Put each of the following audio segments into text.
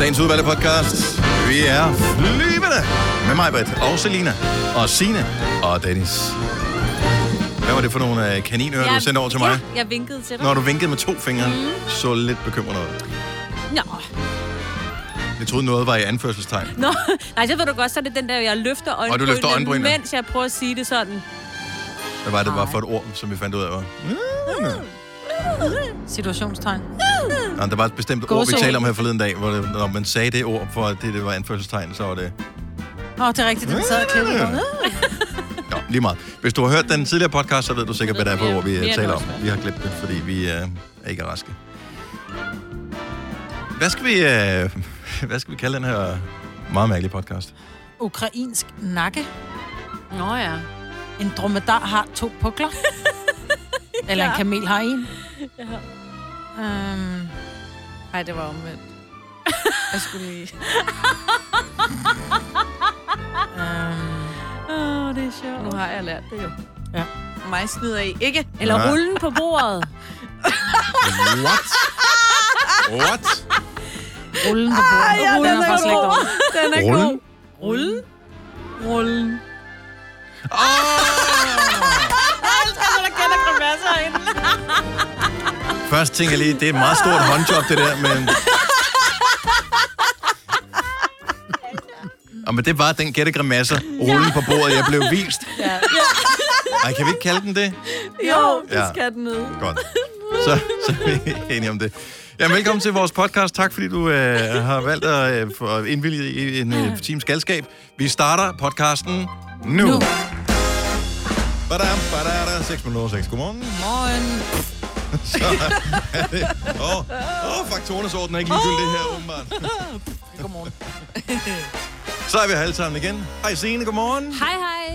Dagens udvalgte podcast. Vi er flyvende med mig, Britt, og Selina, og Sine og Dennis. Hvad var det for nogle øh, kaninører, du sendte over til mig? Ja, Mm. jeg vinkede til dig. Når du vinkede med to fingre, så lidt bekymret ud. Nå. Jeg troede, noget var i anførselstegn. Nå, nej, så ved du godt, så er det den der, jeg løfter øjenbrynene, Og du løfter øjenbrynene. mens jeg prøver at sige det sådan. Hvad var det, det var for et ord, som vi fandt ud af? var? Mm. Situationstegn. Nå, der var et bestemt ord, vi Gåsehud. talte om her forleden dag, hvor det, når man sagde det ord, for at det, det var anførselstegn, så var det... Nå, det er rigtigt, den sad og klippede på. Nå, lige meget. Hvis du har hørt den tidligere podcast, så ved du sikkert, hvad det er for Ja, ord, vi øh, mere end taler om. også, ja. Vi har glemt det, fordi vi øh, er ikke raske. Hvad skal vi, øh, hvad skal vi kalde den her meget mærkelige podcast? Ukrainsk nakke. Nå ja. En dromedar har to pukler. Eller en kamel har en. Øh. Ja. Øhm, Nej, det var omvendt. Jeg skulle lige... øhm, Åh, oh, det er Nu sjovt. har jeg lært det jo. Ja. Mig snyder I ikke. Eller Ja. rullen på bordet. What? What? rullen på bordet. ja, rullen den er er faktisk god. lækker. Den er god. Rullen? Rullen? Rullen. Oh! Først tænker jeg lige, det er et meget stort håndjob, det der, men... Og men det var den gættegrimasse, rullen på bordet, jeg blev vist. Ja. Ej, kan vi ikke kalde den det? Jo, det Ja. skal den ned. Godt. Så, så er vi enige om det. Ja, velkommen til vores podcast. Tak fordi du øh, har valgt at øh, få indvilget i en øh, times galskab. Vi starter podcasten nu. nu. Badam, badada, 6 minutter over 6. Godmorgen. Morgen. Så er det... Åh, oh, oh, faktorernes orden er ikke ligegyldigt det her, åbenbart. Godmorgen. Så er vi her alle sammen igen. Hej Signe, godmorgen. Hej,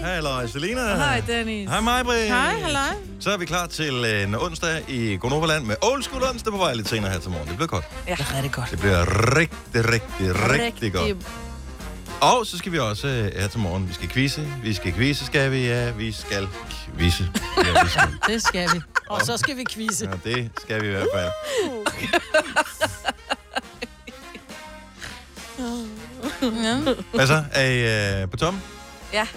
hej. Hej, Selina. Hej, Dennis. Hej, Majbrit. Hej, halløj. Så er vi klar til øh, en onsdag i Gonoverland med Old School Onsdag på vej lidt senere her til morgen. Det bliver godt. Ja, det er rigtig godt. Det bliver rigtig, rigtig, rigtig godt. Og så skal vi også øh, her til morgen. Vi skal quizze, vi skal quizze, skal vi? Ja, vi skal quizze. Ja, vi skal. Det skal vi. Og så skal vi quizze. Ja, det skal vi i hvert fald. Ja. Hvad så? Er I øh, på toppen? Ja.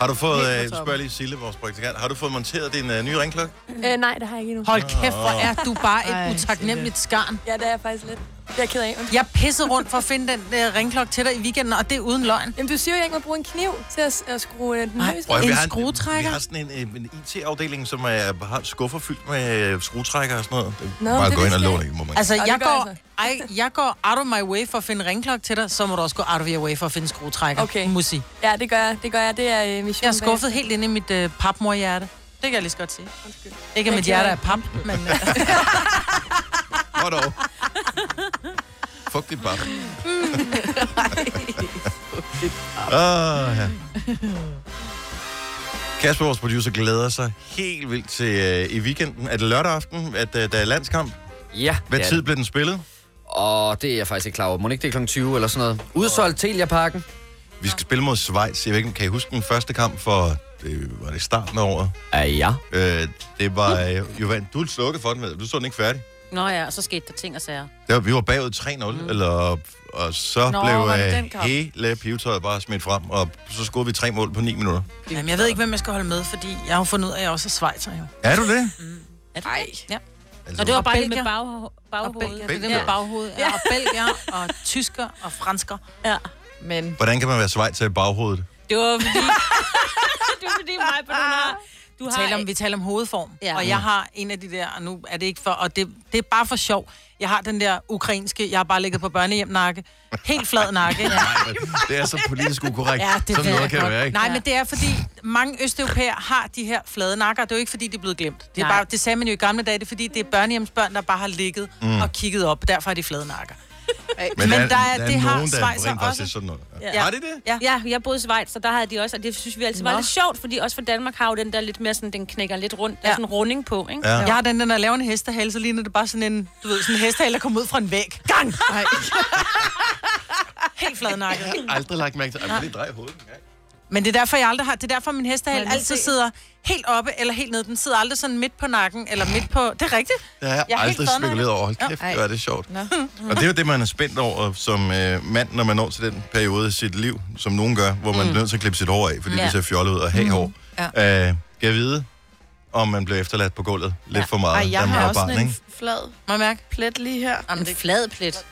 Har du fået, Helt på øh, toppen. spørg lige Sille, vores praktikant, har du fået monteret din øh, nye ringklokke? Øh, nej, det har jeg ikke endnu. Hold kæft, hvor er du bare Ej, et utaknemmeligt skarn. Ja, det er jeg faktisk lidt. Det er jeg ked af. Undskyld. Jeg pissede rundt for at finde den uh, ringklokke til dig i weekenden, og det er uden løgn. Jamen, du siger jo, jeg ikke må bruge en kniv til at, at skrue øh, den Ej, løs. Prøv at- En vi har Vi skruetrækker? har sådan en, øh, en IT-afdeling, som er, har skuffer fyldt med øh, skruetrækker og sådan noget. Det er Nå, bare det gå ind vidste og jeg låne, ikke. det må man Altså, det jeg gør går, jeg ej, jeg går out of my way for at finde ringklokke til dig, så må du også gå out of your way for at finde skruetrækker. Okay. Musi. Ja, det gør jeg. Det gør jeg. Det er øh, mission. Jeg er skuffet helt ind i mit øh, papmorhjerte. Det kan jeg lige så godt sige. Undskyld. Ikke at Jeg kan- mit hjerte er pap, men... Øh, Hvor dog? Fugt dit bap. Mm. Åh, ja. Kasper, vores producer, glæder sig helt vildt til øh, i weekenden. Er det lørdag aften, at øh, der er landskamp? Ja, Hvad det er tid det. blev den spillet? Og det er jeg faktisk ikke klar over. Må det ikke det er kl. 20 eller sådan noget? Udsolgt Telia-parken. Vi skal spille mod Schweiz. Jeg ved ikke, kan I huske den første kamp for... Det var det i starten af året. Ja, ja. Øh, det var... Øh, Jovan, du slukkede for den, ved du. Du så den ikke færdig. Nå ja, og så skete der ting og sager. Der, vi var bagud 3-0, mm. eller, og så Nå, Nå, blev var det den øh, kamp? hele pivetøjet bare smidt frem, og så scorede vi tre mål på 9 minutter. Jamen, jeg ved ikke, hvem jeg skal holde med, fordi jeg har jo fundet ud af, at jeg også er svejser, jo. Er du det? Ej. Altså, Og det var bare Og det med Belgier. bag, Og baghovedet. Belgier, Altså, det er det Belgier. med baghovedet. Ja, og Belgier, og tysker, og fransker. Ja. Men Hvordan kan man være svejser i baghovedet? Det var fordi... det var fordi mig på den her... Du Vi har... taler om, vi taler om hovedform, Ja. ja. og Mm. jeg har en af de der, og nu er det ikke for, og det, det er bare for sjov. Jeg har den der ukrainske, jeg har bare ligget på børnehjem-nakke. Helt flad nakke. Ja. Det er så politisk ukorrekt. Ja, det Sådan ved noget jeg kan det godt. være, ikke? Nej, men det er fordi, mange østeuropæer har de her flade nakker. Det er jo ikke fordi, de er blevet glemt. Det, er Nej. bare, det sagde man jo i gamle dage. Det er fordi, det er børnehjemsbørn, der bare har ligget mm. og kigget op. Derfor er de flade nakker. men der er- det har Schweizer rent faktisk også. Sådan noget. Ja. Ja. Har de det? Ja. Ja, jeg boede i Schweiz, og der havde de også, og det synes vi altid var Nå. lidt sjovt, fordi også for Danmark har jo den der lidt mere sådan, den knækker lidt rundt, der er Ja. sådan en runding på, ikke? Ja. Jeg har den, der, når jeg laver en hestehale, så ligner det bare sådan en, du ved, sådan en hestehale, der kommer ud fra en væg. Gang! Helt flad nakket. Altså, Aldrig lagt mærke til. Ej, men det drejer hovedet. Ja. Men det er derfor, jeg aldrig har... Det er derfor, min hestehal Man kan altid se. sidder helt oppe eller helt nede. Den sidder aldrig sådan midt på nakken eller midt på... Det er rigtigt. Det har jeg, Jeg er helt aldrig fandme- spekuleret over. Hold kæft, Ej. hvor er det sjovt. Nå. Og det er jo det, man er spændt over som øh, mand, når man når til den periode i sit liv, som nogen gør, hvor man mm. er nødt til at klippe sit hår af, fordi ja. Ja. det ser fjollet ud og have hår. Ja. Øh, kan jeg vide, om man bliver efterladt på gulvet lidt for meget, Ej, da jeg man har var også barn, sådan en ikke? flad Må jeg mærke? plet lige her. En flad plet.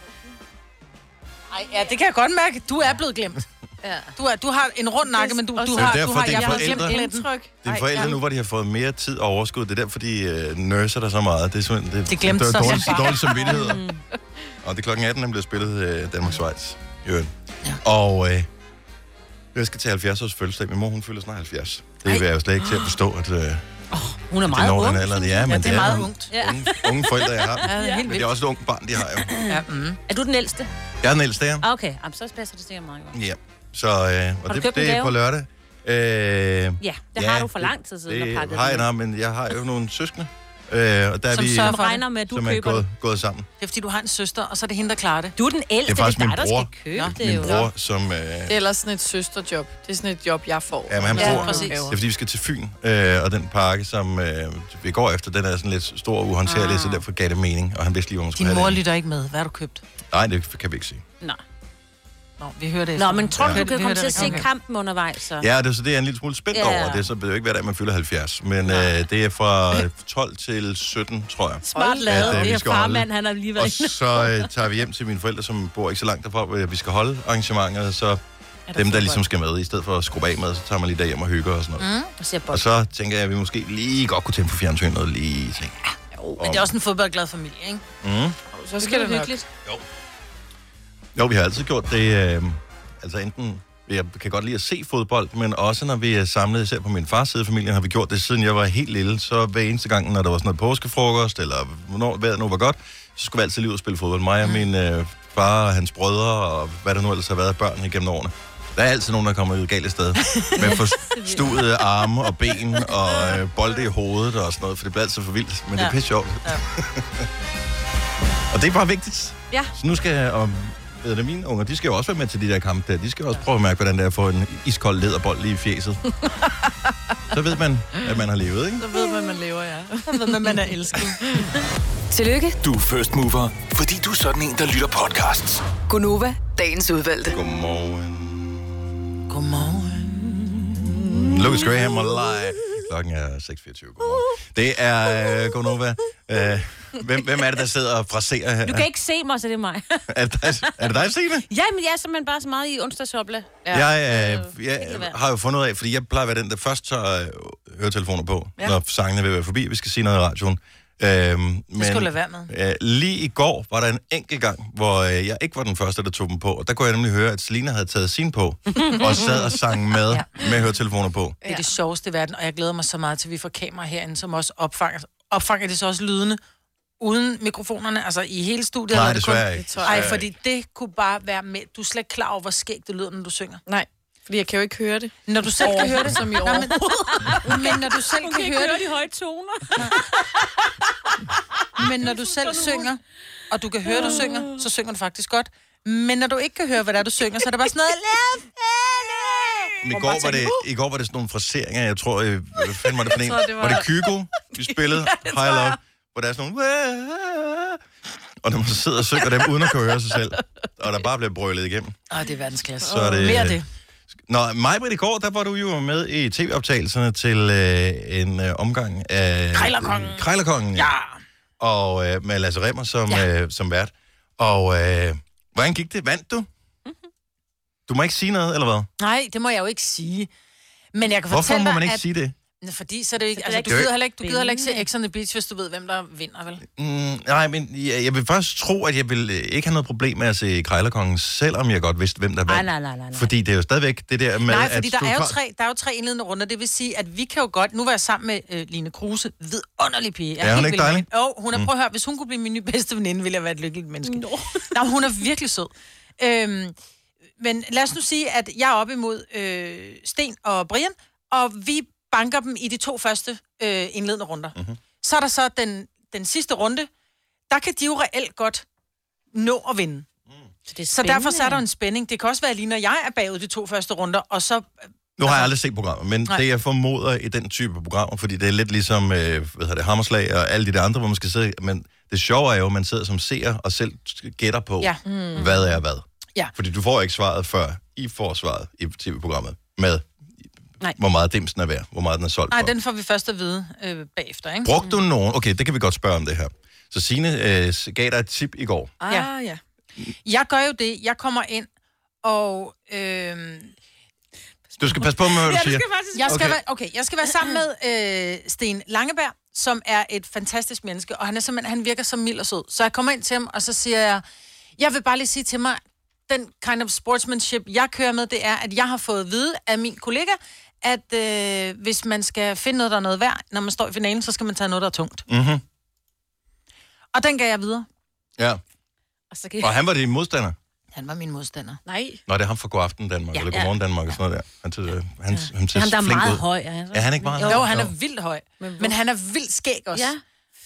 Ej, ja, det kan jeg godt mærke. Du er blevet glemt. Ja. Du, er, du har en rund nakke, men du, du Det er har... derfor, du har, det er jeg har forældre. glemt pletten. Indtryk. Dine Ej, forældre nu, hvor de har fået mere tid og overskud, det er derfor, de øh, nurser dig så meget. Det er simpelthen det, De glemte det er sig dårlig, som barn. dårlig samvittighed. Mm. og det er klokken 18, den bliver spillet øh, Danmark-Schweiz. Ja. Og øh, jeg skal til 70 års fødselsdag. Min mor, hun fylder snart 70. Det vil jeg jo slet ikke til at forstå, at... Øh, Hun er Det meget når ung. den alder, det er, men Ja, det er meget nogle ungt. Ja. Unge, unge forældre, jeg har. Ja, det er helt Men det vildt. er også et ungt barn, de har jo. Ja, mm. Er du den ældste? Jeg er den ældste af jer. Ah, Okay, Jamen, så passer det sikkert meget godt. Ja. Så, øh, du og det, købt en det er gave? på lørdag. Øh, Ja, det ja, har du for lang tid siden det at pakke har jeg, nej, men jeg har jo nogle søskende. Øh, og der er Som vi, sørger Du regner med, at du som er køber gået, gået sammen. Det er, fordi du har en søster, og så er det hende, der klarer det. Du er den ældste, Det er faktisk dig, min der bror. skal købe Ja. det Min jo. bror, som... Øh, Det er ellers sådan et søsterjob. Det er sådan et job, jeg får. Ja, men han Ja, bor- præcis. Det er fordi, vi skal til Fyn, øh, og den pakke, som øh, vi går efter, den er sådan lidt stor og uhåndterlig, ah. så derfor gav det mening, og han vidste lige, hvor man skulle Din mor have det. lytter ikke med. Hvad har du købt? Nej, det kan vi ikke sige. Nej. Nå, vi hører det. Nå, efter. men tror du, Ja. du kan Vi komme hører til at det se efter. kampen undervejs? Så. Ja, det er så det, jeg er en lille smule spændt Ja. yeah. over. Det er så det er jo ikke hver dag, man fylder 70. Men øh, det er fra 12 til 17, tror jeg. Smart lavet. Ja, det Det er skal farmand, holde. han har lige Og været inde. så øh, tager vi hjem til mine forældre, som bor ikke så langt derfra, hvor vi skal holde arrangementet. Så dem, der ligesom skal med, i stedet for at skrubbe af med, så tager man lige derhjem og hygger og sådan noget. Mm. Og ser Og bold. så tænker jeg, at vi måske lige godt kunne tænde på fjernsynet lige ting. Men det er også en fodboldglad familie, ikke? Mm. Så skal det, det nok. Jo, vi har altid gjort det. Øh, altså enten, jeg kan godt lide at se fodbold, men også når vi er samlet, især på min fars side af familien, har vi gjort det siden jeg var helt lille. Så hver eneste gang, når der var sådan noget påskefrokost, eller hvornår vejret nu var godt, så skulle vi altid lige ud og spille fodbold. Mig og min øh, far og hans brødre, og hvad der nu ellers har været af børn igennem årene. Der er altid nogen, der kommer ud galt af sted. Med forstuede arme og ben og øh, bolde i hovedet og sådan noget, for det bliver altid for vildt. Men ja. det er Ja. pisse sjovt. Ja. og det er bare vigtigt. Ja. Så nu skal jeg, og ved det, mine unger, de skal jo også være med til de der kampe der. De skal jo også prøve at mærke, hvordan det er at få en iskold lederbold lige i fjeset. Så ved man, at man har levet, ikke? Så ved man, man lever, ja. Jeg ved, hvad man er elsket. Tillykke, Du er first mover, fordi du er sådan en, der lytter podcasts. Gunova, dagens udvalgte. Godmorgen. Godmorgen. Lucas Graham og Lie. Klokken er 6.24. Godmorgen. Det er øh, Gonova. Øh, hvem, hvem er det, der sidder og fraserer her? Du kan ikke se mig, så det er mig. Er det dig, er det dig Signe? ja, men jeg er simpelthen bare så meget i onsdagshopla. Ja, jeg, øh, det kan jeg være. har jo fundet ud af, fordi jeg plejer at være den, der først tager øh, høretelefoner på, ja. når sangene vil være forbi. Vi skal sige noget i radioen. Øhm, men, det skulle du lade være med. Øh, lige i går var der en enkelt gang, hvor øh, jeg ikke var den første, der tog dem på. Og der kunne jeg nemlig høre, at Selina havde taget sin på, og sad og sang med, med høretelefoner på. Det er det sjoveste i verden, og jeg glæder mig så meget til, at vi får kamera herinde, som også opfanger, opfanger det så også lydende uden mikrofonerne, altså i hele studiet. Nej, eller er det desværre kun... ikke. Det tror jeg Ej, ikke. fordi det kunne bare være med. Du er slet ikke klar over, hvor skægt det lyder, når du synger. Nej, fordi jeg kan jo ikke høre det. Når du selv kan høre det, Som i Nej, år. men, men når du selv kan, høre det, de høje toner. men når du selv synger, og du kan høre, du synger, så synger du faktisk godt. Men når du ikke kan høre, hvad det er, du synger, så er det bare sådan noget... Men i går, var det, I går var det sådan nogle fraseringer, jeg tror, øh, hvad fanden var det for en? tror, det det var... var- var det Kygo, vi spillede High Love, hvor der er sådan nogle... Og når man så sidder og synger dem, uden at kunne høre sig selv, og der bare bliver brølet igennem. Åh, det er verdensklasse. Så er det- øh, Mere af det. Nå, mig, Britt, i går, der var du jo med i tv-optagelserne til øh, en øh, omgang af... Krejlerkongen. Krejlerkongen, ja. Og øh, med Lasse Remmer som, ja. øh, som vært. Og øh, hvordan gik det? Vandt du? Du må ikke sige noget, eller hvad? Nej, det må jeg jo ikke sige. Men jeg kan Hvorfor fortælle må man dig, ikke at... sige det? Sige... Fordi så er det jo ikke... Så det er Altså, ikke du gider spændende. heller ikke, du gider heller ikke se X on the Beach, hvis du ved, hvem der vinder, vel? Mm, nej, men jeg, jeg vil først tro, at jeg vil øh, ikke have noget problem med at se Krejlerkongen, selvom jeg godt vidste, hvem der Nej, vandt. nej, nej, nej. nej. Fordi det er jo stadigvæk det der med, Nej, fordi at der du er, jo klart- tre, der er jo tre indledende runder. Det vil sige, at vi kan jo godt... Nu var jeg sammen med øh, Line Kruse, vidunderlig pige. Jeg Er hun helt ikke vild med dejlig? Mm. hende. Jo, hun er... Prøv at høre, hvis hun kunne blive min nye bedste veninde, ville jeg være et lykkeligt menneske. No. Nej, hun er virkelig sød. Øhm, men lad os nu sige, at jeg er op imod øh, Sten og Brian, og vi banker dem i de to første øh, indledende runder. Mhm. Mm-hmm. Så er der så den, den sidste runde. Der kan de jo reelt godt nå at vinde. Så, det Så derfor så er der jo en spænding. Det kan også være, at lige når jeg er bagud de to første runder, og så Nu har jeg aldrig set programmet, men Nej. Nej. det jeg formoder i den type programmer, fordi det er lidt ligesom øh, hvad hedder det, Hammerslag og alle de der andre, hvor man skal sidde, men det sjove er jo, at man sidder som seer og selv gætter på, ja. Ja. mm. hvad er hvad. Ja. Fordi du får ikke svaret, før I får svaret i tv-programmet med, Nej. hvor meget dimsen er værd, hvor meget den er solgt Nej, for. den får vi først at vide øh, bagefter, ikke? Brugte du nogen... Okay, det kan vi godt spørge om det her. Så Signe øh, gav dig et tip i går. Ah, ja. Ja. ja. Jeg gør jo det, jeg kommer ind, og øh, Du skal passe på med, hvad du Ja, du siger. skal faktisk... Jeg skal, Okay. okay. Være, okay, jeg skal være sammen med øh, Sten Langeberg, som er et fantastisk menneske, og han, er simpelthen, han virker så mild og sød. Så jeg kommer ind til ham, og så siger jeg, jeg vil bare lige sige til mig, den kind of sportsmanship, jeg kører med, det er, at jeg har fået at vide af min kollega, at øh, hvis man skal finde noget, der er noget værd, når man står i finalen, så skal man tage noget, der er tungt. Mhm. Og den gav jeg videre. Ja. Og så kan Og han var din modstander. Han var min modstander. Nej. Nå, det er ham fra Godaften Danmark, ja, eller Godmorgen Danmark og sådan noget der. Han, ser- han, han ser Ham, der er flink meget ud. høj. Er han, så? Er han ikke meget Jo, høj? han er vildt høj, men, men han er vildt skæg også. Ja.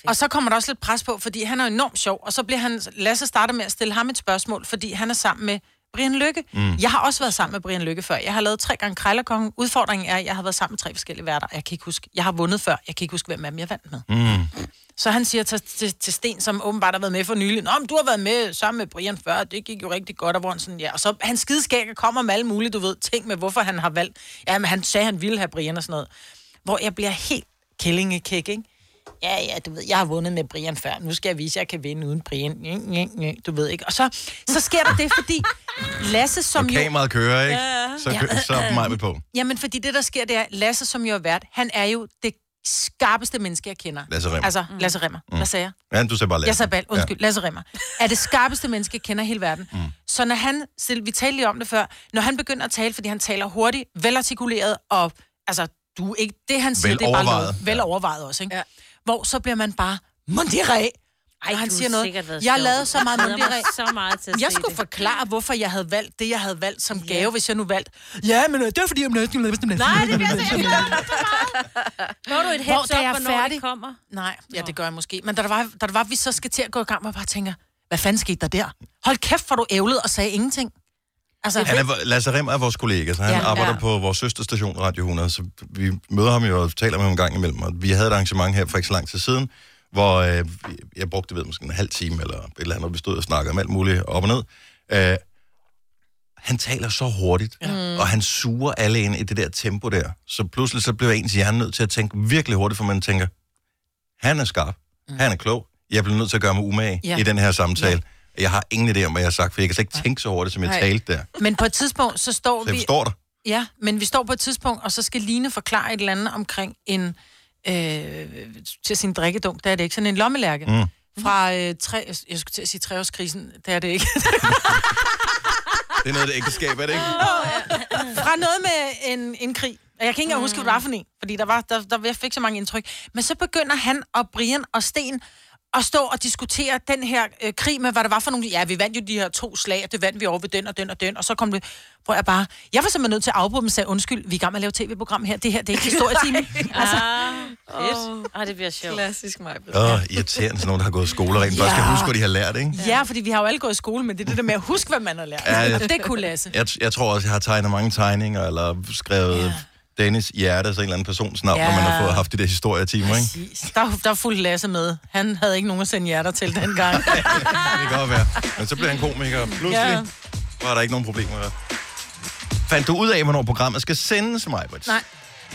Ja. Og så kommer der også lidt pres på, fordi han er enormt sjov, og så bliver han, Lasse starter med at stille ham et spørgsmål, fordi han er sammen med Brian Lykke. Mm. Jeg har også været sammen med Brian Lykke før. Jeg har lavet tre gange Krejlerkongen. Udfordringen er, at jeg har været sammen med tre forskellige værter, og jeg kan ikke huske, jeg har vundet før, jeg kan ikke huske, hvem af dem jeg vandt med. Mm. Så han siger til, til, til Sten, som åbenbart har været med for nylig, Nå, men du har været med sammen med Brian før, det gik jo rigtig godt, og hvor han sådan, ja. Og så han skideskæg og kommer med alle mulige, du ved, ting med, hvorfor han har valgt. Jamen, han sagde, han ville have Brian og sådan noget. Hvor jeg bliver helt kællingekæk, ikke? ja, ja, du ved, jeg har vundet med Brian før, nu skal jeg vise, at jeg kan vinde uden Brian, Nye, nye, nye, du ved ikke. Og så, så sker der det, fordi Lasse, som Og jo... kameraet kører, ikke? Så, kø- så er mig med på. Jamen, fordi det, der sker, det er, Lasse, som jo er vært, han er jo det skarpeste menneske, jeg kender. Lasse Rimmer. Altså, Lasse Remmer. Mm. Hvad sagde jeg? Ja, du ser bare lavet. Jeg sagde Bal, undskyld, ja. Lasse Remmer. Er det skarpeste menneske, jeg kender i hele verden. Mm. Så når han, selv- vi talte lige om det før, når han begynder at tale, fordi han taler hurtigt, velartikuleret og, altså, du er ikke, det han siger, det er bare Velovervejet. noget, vel overvejet også, ikke? Ja. Hvor så bliver man bare, Monterey! Ej, han du har siger noget. sikkert været Jeg har sjov. lavet så meget Jeg glæder mundtlig mig så meget til at jeg se skulle det. forklare, hvorfor jeg havde valgt det, jeg havde valgt som gave, hvis jeg nu valgte. Ja, men øh, det var fordi, jeg næsten lavede sådan Nej, det bliver så jeg glæder mig så meget. Får du et Hvor, heads da up, jeg er hvornår færdig? det kommer? Nej, ja, det gør jeg måske. Men da der var, da der var vi så skal til at gå i gang, og bare tænker, hvad fanden skete der der? Hold kæft, for du ævlede og sagde ingenting. Altså, Han er, Lasse Rim er vores kollega, så han ja, Ja. arbejder ja. Ja. på vores søsterstation Radio 100, så vi møder ham jo og taler med ham en gang imellem. Og vi havde et arrangement her for ikke så lang tid siden, hvor øh, jeg brugte ved, måske en halv time eller et eller andet, og vi stod og snakkede om alt muligt op og ned. Øh, han taler så hurtigt, ja. Mm. og han suger alle ind i det der tempo der. Så pludselig så bliver ens hjerne nødt til at tænke virkelig hurtigt, for man tænker, han er skarp, mm. han er klog, jeg bliver nødt til at gøre mig umage ja. Ja. i den her samtale. Ja. Jeg har ingen idé om, hvad jeg har sagt, for jeg kan slet ikke tænke så hurtigt, som jeg Nej. talte der. men på et tidspunkt, så står Så jeg vi... forstår dig. Ja, men vi står på et tidspunkt, og så skal Line forklare et eller andet omkring en... Øh, til sin drikkedunk, der er det ikke. Sådan en lommelærke. Mm. Fra øh, tre, jeg skulle til at sige treårskrisen, der er det ikke. Det er noget af det ægteskab, er det ikke? fra noget med en, en krig. Og jeg kan ikke engang huske, hvad det var for en, fordi der var, der, der, jeg fik så mange indtryk. Men så begynder han og Brian og Sten at stå og diskutere den her øh, krig med, hvad der var for nogle... Ja, vi vandt jo de her to slag, og det vandt vi over ved den og den og den, og så kom det... Hvor jeg bare... Jeg var simpelthen nødt til at afbryde dem og sagde, undskyld, vi er i gang med at lave tv-program her. Det her, det er ikke historietime. altså, Ah, fedt. Ah, det bliver sjovt. Klassisk mig. Åh, oh, irriterende, sådan nogen, der har gået i skole og rent bare skal Ja. huske, hvad de har lært, ikke? ja, fordi vi har jo alle gået i skole, men det er det der med at huske, hvad man har lært. Ja, ja. Og det kunne Lasse. Jeg, jeg tror også, jeg har tegnet mange tegninger, eller skrevet ja. Dennis Hjerte, så en eller anden persons navn, ja. Ja. når man har fået haft de der historietimer, ikke? Der, der fulgte Lasse med. Han havde ikke nogen at sende hjerter til dengang. Det kan godt være. Men så bliver han komiker, og pludselig ja. Ja. var der ikke nogen problemer med det. Fandt du ud af, hvornår programmet skal sendes, Majbrits? Nej.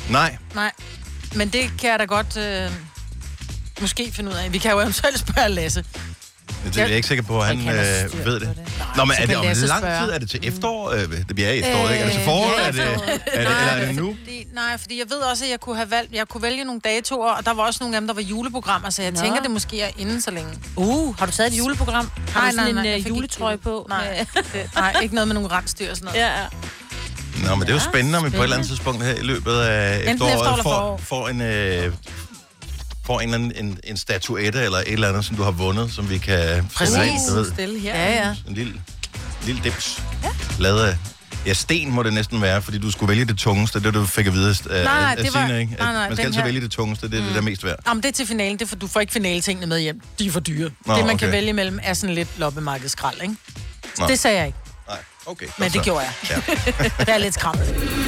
Nej, Nej, men det kan jeg da godt øh, måske finde ud af. Vi kan jo eventuelt spørge Lasse. det er jeg ikke sikker på, at han kan have øh, styr ved det. Nå, men er kan det om Lasse lang spørge. tid? Er det til efterår? Øh, det bliver i efterår, ikke? Er det til forår? ja, Er det, er det, eller er det nu? Fordi, nej, fordi jeg ved også, at jeg kunne, have valgt, jeg kunne vælge nogle datoer, og der var også nogle af dem, der var juleprogrammer, så jeg Nå. tænker, det måske er inden så længe. Uh, har du taget et juleprogram? Har Nej, du nej, sådan nej, jeg en fik øh, ikke juletrøje på? Nej, det, nej ikke noget med nogle rensdyr og sådan noget. Ja, ja. Nå, men det er Ah, jo spændende, om vi på et eller andet tidspunkt her i løbet af efterår efteråret eller får, forår. får en... Øh, får en, eller anden- en, en statuette eller et eller andet, som du har vundet, som vi kan... Præcis. sådan en, du ved, Stille her. Ja, ja. En lille, lille dims. Ja. Lavet af... Ja, sten må det næsten være, fordi du skulle vælge det tungeste. Det var det, du fik at vide Nej, af, af det var- Signe, ikke? At nej, nej, man skal den altid her. vælge det tungeste, det er mm. det, der er mest værd. Jamen, det er til finalen, det er for, du får ikke finaletingene med hjem. De er for dyre. Nå, det, man okay. kan vælge imellem, er sådan lidt loppemarkedskrald, ikke? Nå. Nå. Det sagde jeg ikke. Nej, okay. Men det gjorde jeg. Ja. Det er lidt skræmt.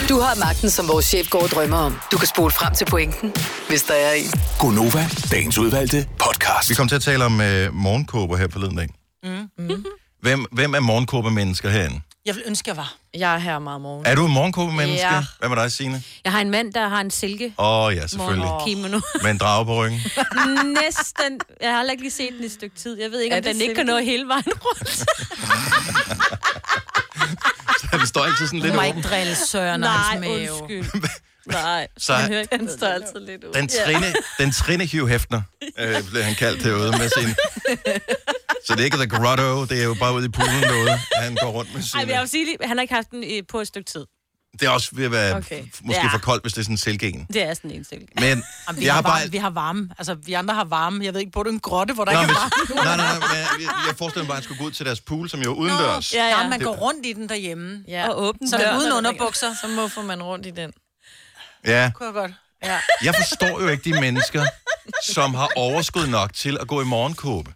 Du har magten, som vores chef går og drømmer om. Du kan spole frem til pointen, hvis der er en. Gonova, dagens udvalgte podcast. Vi kom til at tale om øh, morgenkåber her forleden dag. Mm. Hvem, hvem er morgenkåber-mennesker herinde? Jeg vil ønske, jeg var. Jeg er her meget morgen. Er du en morgenkåber-menneske? Ja. Hvad med dig, Signe? Jeg har en mand, der har en silke. Åh oh, ja, selvfølgelig. Kimono. Med en drage på ryggen. Næsten. Jeg har heller ikke lige set den i et stykke tid. Jeg ved ikke, Er om det den ikke kan nå hele vejen rundt. Den står altid sådan lidt Du må åben. ikke drille Søren og Nej, hans mave. undskyld. Nej, Så- så... jeg hører, den står altid lidt ud. Den trine, den trine Hugh Hefner, øh, blev han kaldt herude med sin... Så det er ikke The Grotto, det er jo bare ude i poolen derude, at han går rundt med sin... Ej, men jeg vil sige, lige, han har ikke haft den i, på et stykke tid. Det er også ved at være okay. Okay. måske Ja. for koldt, hvis det er sådan en silkeen. Det er sådan en silke. Men Jamen, vi, jeg har har varme, bare... vi har varme. Altså, vi andre har varme. Jeg ved ikke, bor du i en grotte, hvor der Nå, ikke er hvis, varme? nej, nej, nej, men jeg, jeg forestiller mig bare, at han skulle gå ud til deres pool, som jo er udendørs. Ja, ja. Nå, man går rundt i den derhjemme. Ja. Og åbne Så er det døren. uden underbukser. Så muffer man rundt i den. Ja, Kunne jeg godt. jeg forstår jo ikke de mennesker, som har overskud nok til at gå i morgenkåbe.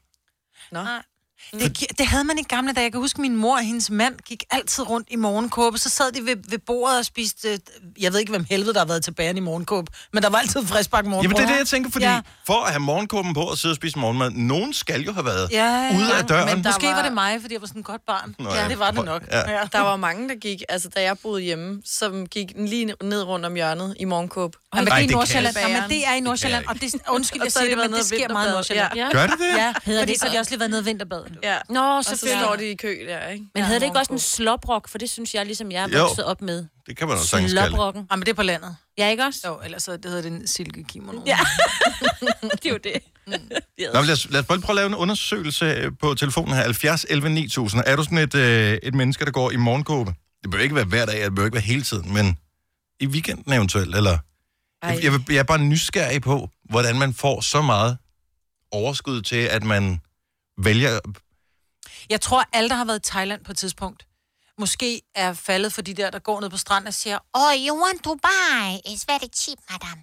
Det, gi- det havde man i gamle dage. Jeg kan huske, min mor og hendes mand gik altid rundt i morgenkåbe. Så sad de ved, ved bordet og spiste... øh, Jeg ved ikke, hvem helvede, der har været tilbage i morgenkåbe. Men der var altid friskbagt Jamen, morgenkåbe. det er det, jeg tænker, fordi ja. Ja. for at have morgenkåben på og sidde og spise morgenmad, nogen skal jo have været Ja, ja, ude af døren. Men der måske var... var- det mig, fordi jeg var sådan et godt barn. Nå Nå, ja. ja. Det var Hvor- det nok. ja. Ja. Der var mange, der gik, altså da jeg boede hjemme, som gik lige ned rundt om hjørnet i morgenkåb. Og men det er Nej, det i kan Nordsjælland. jeg ikke. Nå, men det er i Nordsjælland, og det, undskyld, jeg Og så har siger de været det, men det nede og sker meget i vinterbadet. Nordsjælland. Ja. Gør det det? Ja, Hedder fordi det så har så- de også lige været nede i vinterbadet. Ja. Nå, Og så står selvfølgelig. de i kø der, ikke? Men havde det ikke også en slobrok? For det synes jeg, ligesom jeg er Jo. vokset op med. Det kan man også sagtens kalde. det. Slobrokken. Jamen, det er på landet. Ja, ikke også? Jo, ellers så, det hedder den silke kimono. Ja. det er jo det. Nå, men lad, os, lad os bare prøve at lave en undersøgelse øh, på telefonen her. 70 11 9000. Er du sådan et, øh, et menneske, der går i morgenkåbe? Det bør ikke være hver dag, det bør ikke være hele tiden, men i weekenden eventuelt, eller? Jeg, jeg, vil- jeg er bare nysgerrig på, hvordan man får så meget overskud til, at man vælger... Jeg tror, alle, der har været i Thailand på et tidspunkt, måske er faldet for de der, der går ned på stranden og siger, Oh, you want to buy? It's very cheap, madam.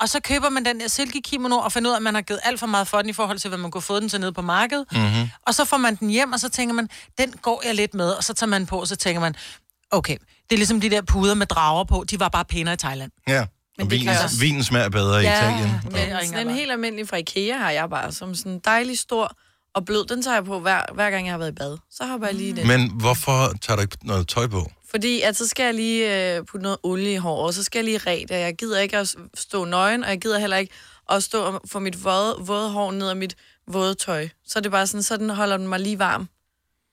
Og så køber man den der silkekimono og finder ud af, at man har givet alt for meget for den i forhold til, hvad man kunne få den til nede på markedet. Mm-hmm. Og så får man den hjem, og så tænker man, den går jeg lidt med. Og så tager man den på, og så tænker man, okay, det er ligesom de der puder med drager på, de var bare pænere i Thailand. Ja, og det vin, kan også- vinen smager bedre i Ja, Italien. men- Ja. Jeg Men har sådan ingen en arbejde. helt almindelig fra Ikea har jeg bare, som sådan en dejlig stor og blød. Den tager jeg på hver, hver gang, jeg har været i bad. Så hopper jeg lige i den. Men hvorfor tager du ikke noget tøj på? Fordi at så skal jeg lige øh, putte noget olie i håret, og så skal jeg lige ræde, og jeg gider ikke at s- stå nøgen, og jeg gider heller ikke at stå og få mit våde, våde hår ned og mit våde tøj. Så er det bare sådan, sådan holder den mig lige varm,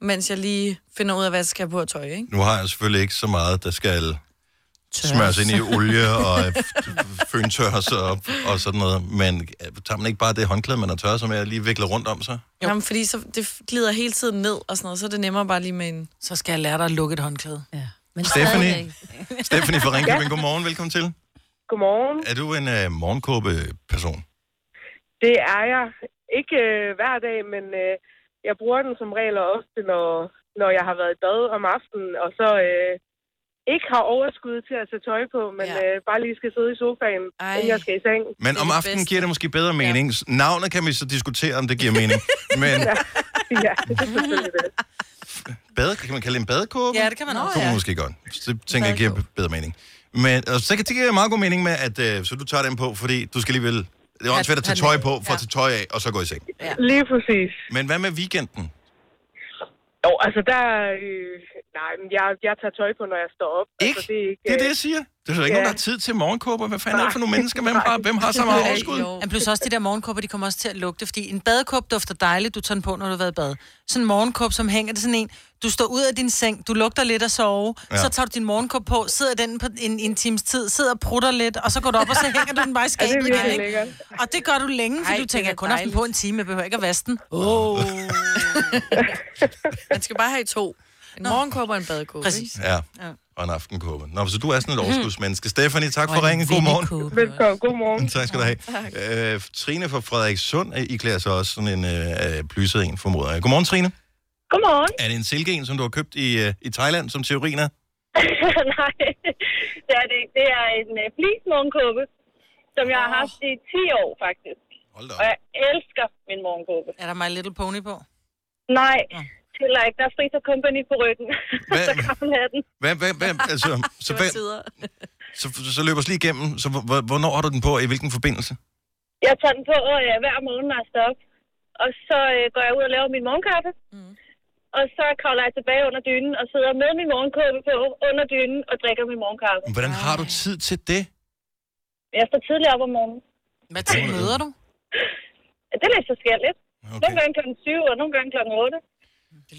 mens jeg lige finder ud af, hvad jeg skal have på af tøj, ikke? Nu har jeg selvfølgelig ikke så meget, der skal smøres ind i olie og øh, f- føntørres og, og sådan noget. Men øh, tager man ikke bare det håndklæde, man har tørret, som jeg lige vikler rundt om sig? Jamen, fordi så, det glider hele tiden ned og sådan noget, så er det nemmere bare lige med en... Så skal jeg lære dig at lukke et håndklæde. Men Stephanie? stadigvæk. Stephanie fra Ringkøbing, ja. godmorgen, velkommen til. Godmorgen. Er du en øh, morgenkåbe-person? Det er jeg. Ikke øh, hver dag, men øh, jeg bruger den som regel ofte, når, når jeg har været i bad om aftenen, og så øh, ikke har overskud til at tage tøj på, men Ja. ja. øh, bare lige skal sidde i sofaen, Ej. Ej. inden jeg skal i seng. Men Det er om det aftenen bedste. giver det måske bedre mening. Ja. Navnet kan vi så diskutere, om det giver mening. Men Ja, det er selvfølgelig det. bade, kan man kalde det en badekåbe? Ja, det kan man også. kunne man måske godt. Så det tænker jeg giver bedre mening. Men og så kan det give meget god mening med, at øh, så du tager den på, fordi du skal alligevel... Det er åndssvagt at tage tøj på, for at tage tøj af, og så gå i seng. Lige præcis. Men hvad med weekenden? Jo, altså der... Øh, nej, men jeg, jeg tager tøj på, når jeg står op. Ikke? Altså, det er ikke... Det er det, øh, jeg siger. Det er der ikke Ja. nogen, der har tid til morgenkåber. Hvad fanden er det for nogle mennesker? Hvem Nej. har, hvem har så meget Ej, overskud? jo. Men plus også de der morgenkåber, de kommer også til at lugte, fordi en badekåb dufter dejligt, du tager den på, når du har været i bad. Sådan en morgenkåb, som hænger, det er sådan en, du står ud af din seng, du lugter lidt af sove, Ja. ja. så tager du din morgenkåb på, sidder i den på en, en times tid, sidder og prutter lidt, og så går du op, og så hænger du den bare i Ja, det er skabet virkelig igen, ikke? lækkert. Og det gør du længe, for Ej, du det tænker, er jeg kun har haft den dejligt. på en time, jeg behøver ikke at vaske den. Oh. Man skal bare have to. En morgenkåbe og en badekåbe, Præcis. ikke? Ja, og en aftenkåbe. Nå, så du er sådan et overskudsmenneske. Stefanie, tak for ringen. God morgen. Velkommen. Godmorgen. Tak skal du have. Øh, Trine fra Frederikssund, øh, I klæder sig også sådan en øh, øh, plyset en, formoder jeg. Godmorgen, Trine. Godmorgen. Er det en silkeen, som du har købt i, øh, i Thailand, som teorien er? Nej, det er det ikke. Det er en uh, flismorgenkåbe, som jeg har haft i 10 år faktisk. Hold da op. Og jeg elsker min morgenkåbe. Er der My Little Pony på? Nej, heller ikke. Der er Frito Company på ryggen. Hvad- så kan hun have den. Hvad, hvad, hvad, altså, så, hvad, så, så løb os lige igennem. Så hvor- hvor- hvornår har du den på, og i hvilken forbindelse? Jeg tager den på øh, hver morgen, når jeg står op. Og så øh, går jeg ud og laver min morgenkaffe. Mm. Og så kravler jeg tilbage under dynen og sidder med min morgenkåbe på under dynen og drikker min morgenkaffe. Hvordan har du tid til det? Jeg står tidligere op om morgenen. Hvad tid møder øh, du? Det er lidt forskelligt. Okay. Nogle gange kl. 7 og nogle gange kl. 8.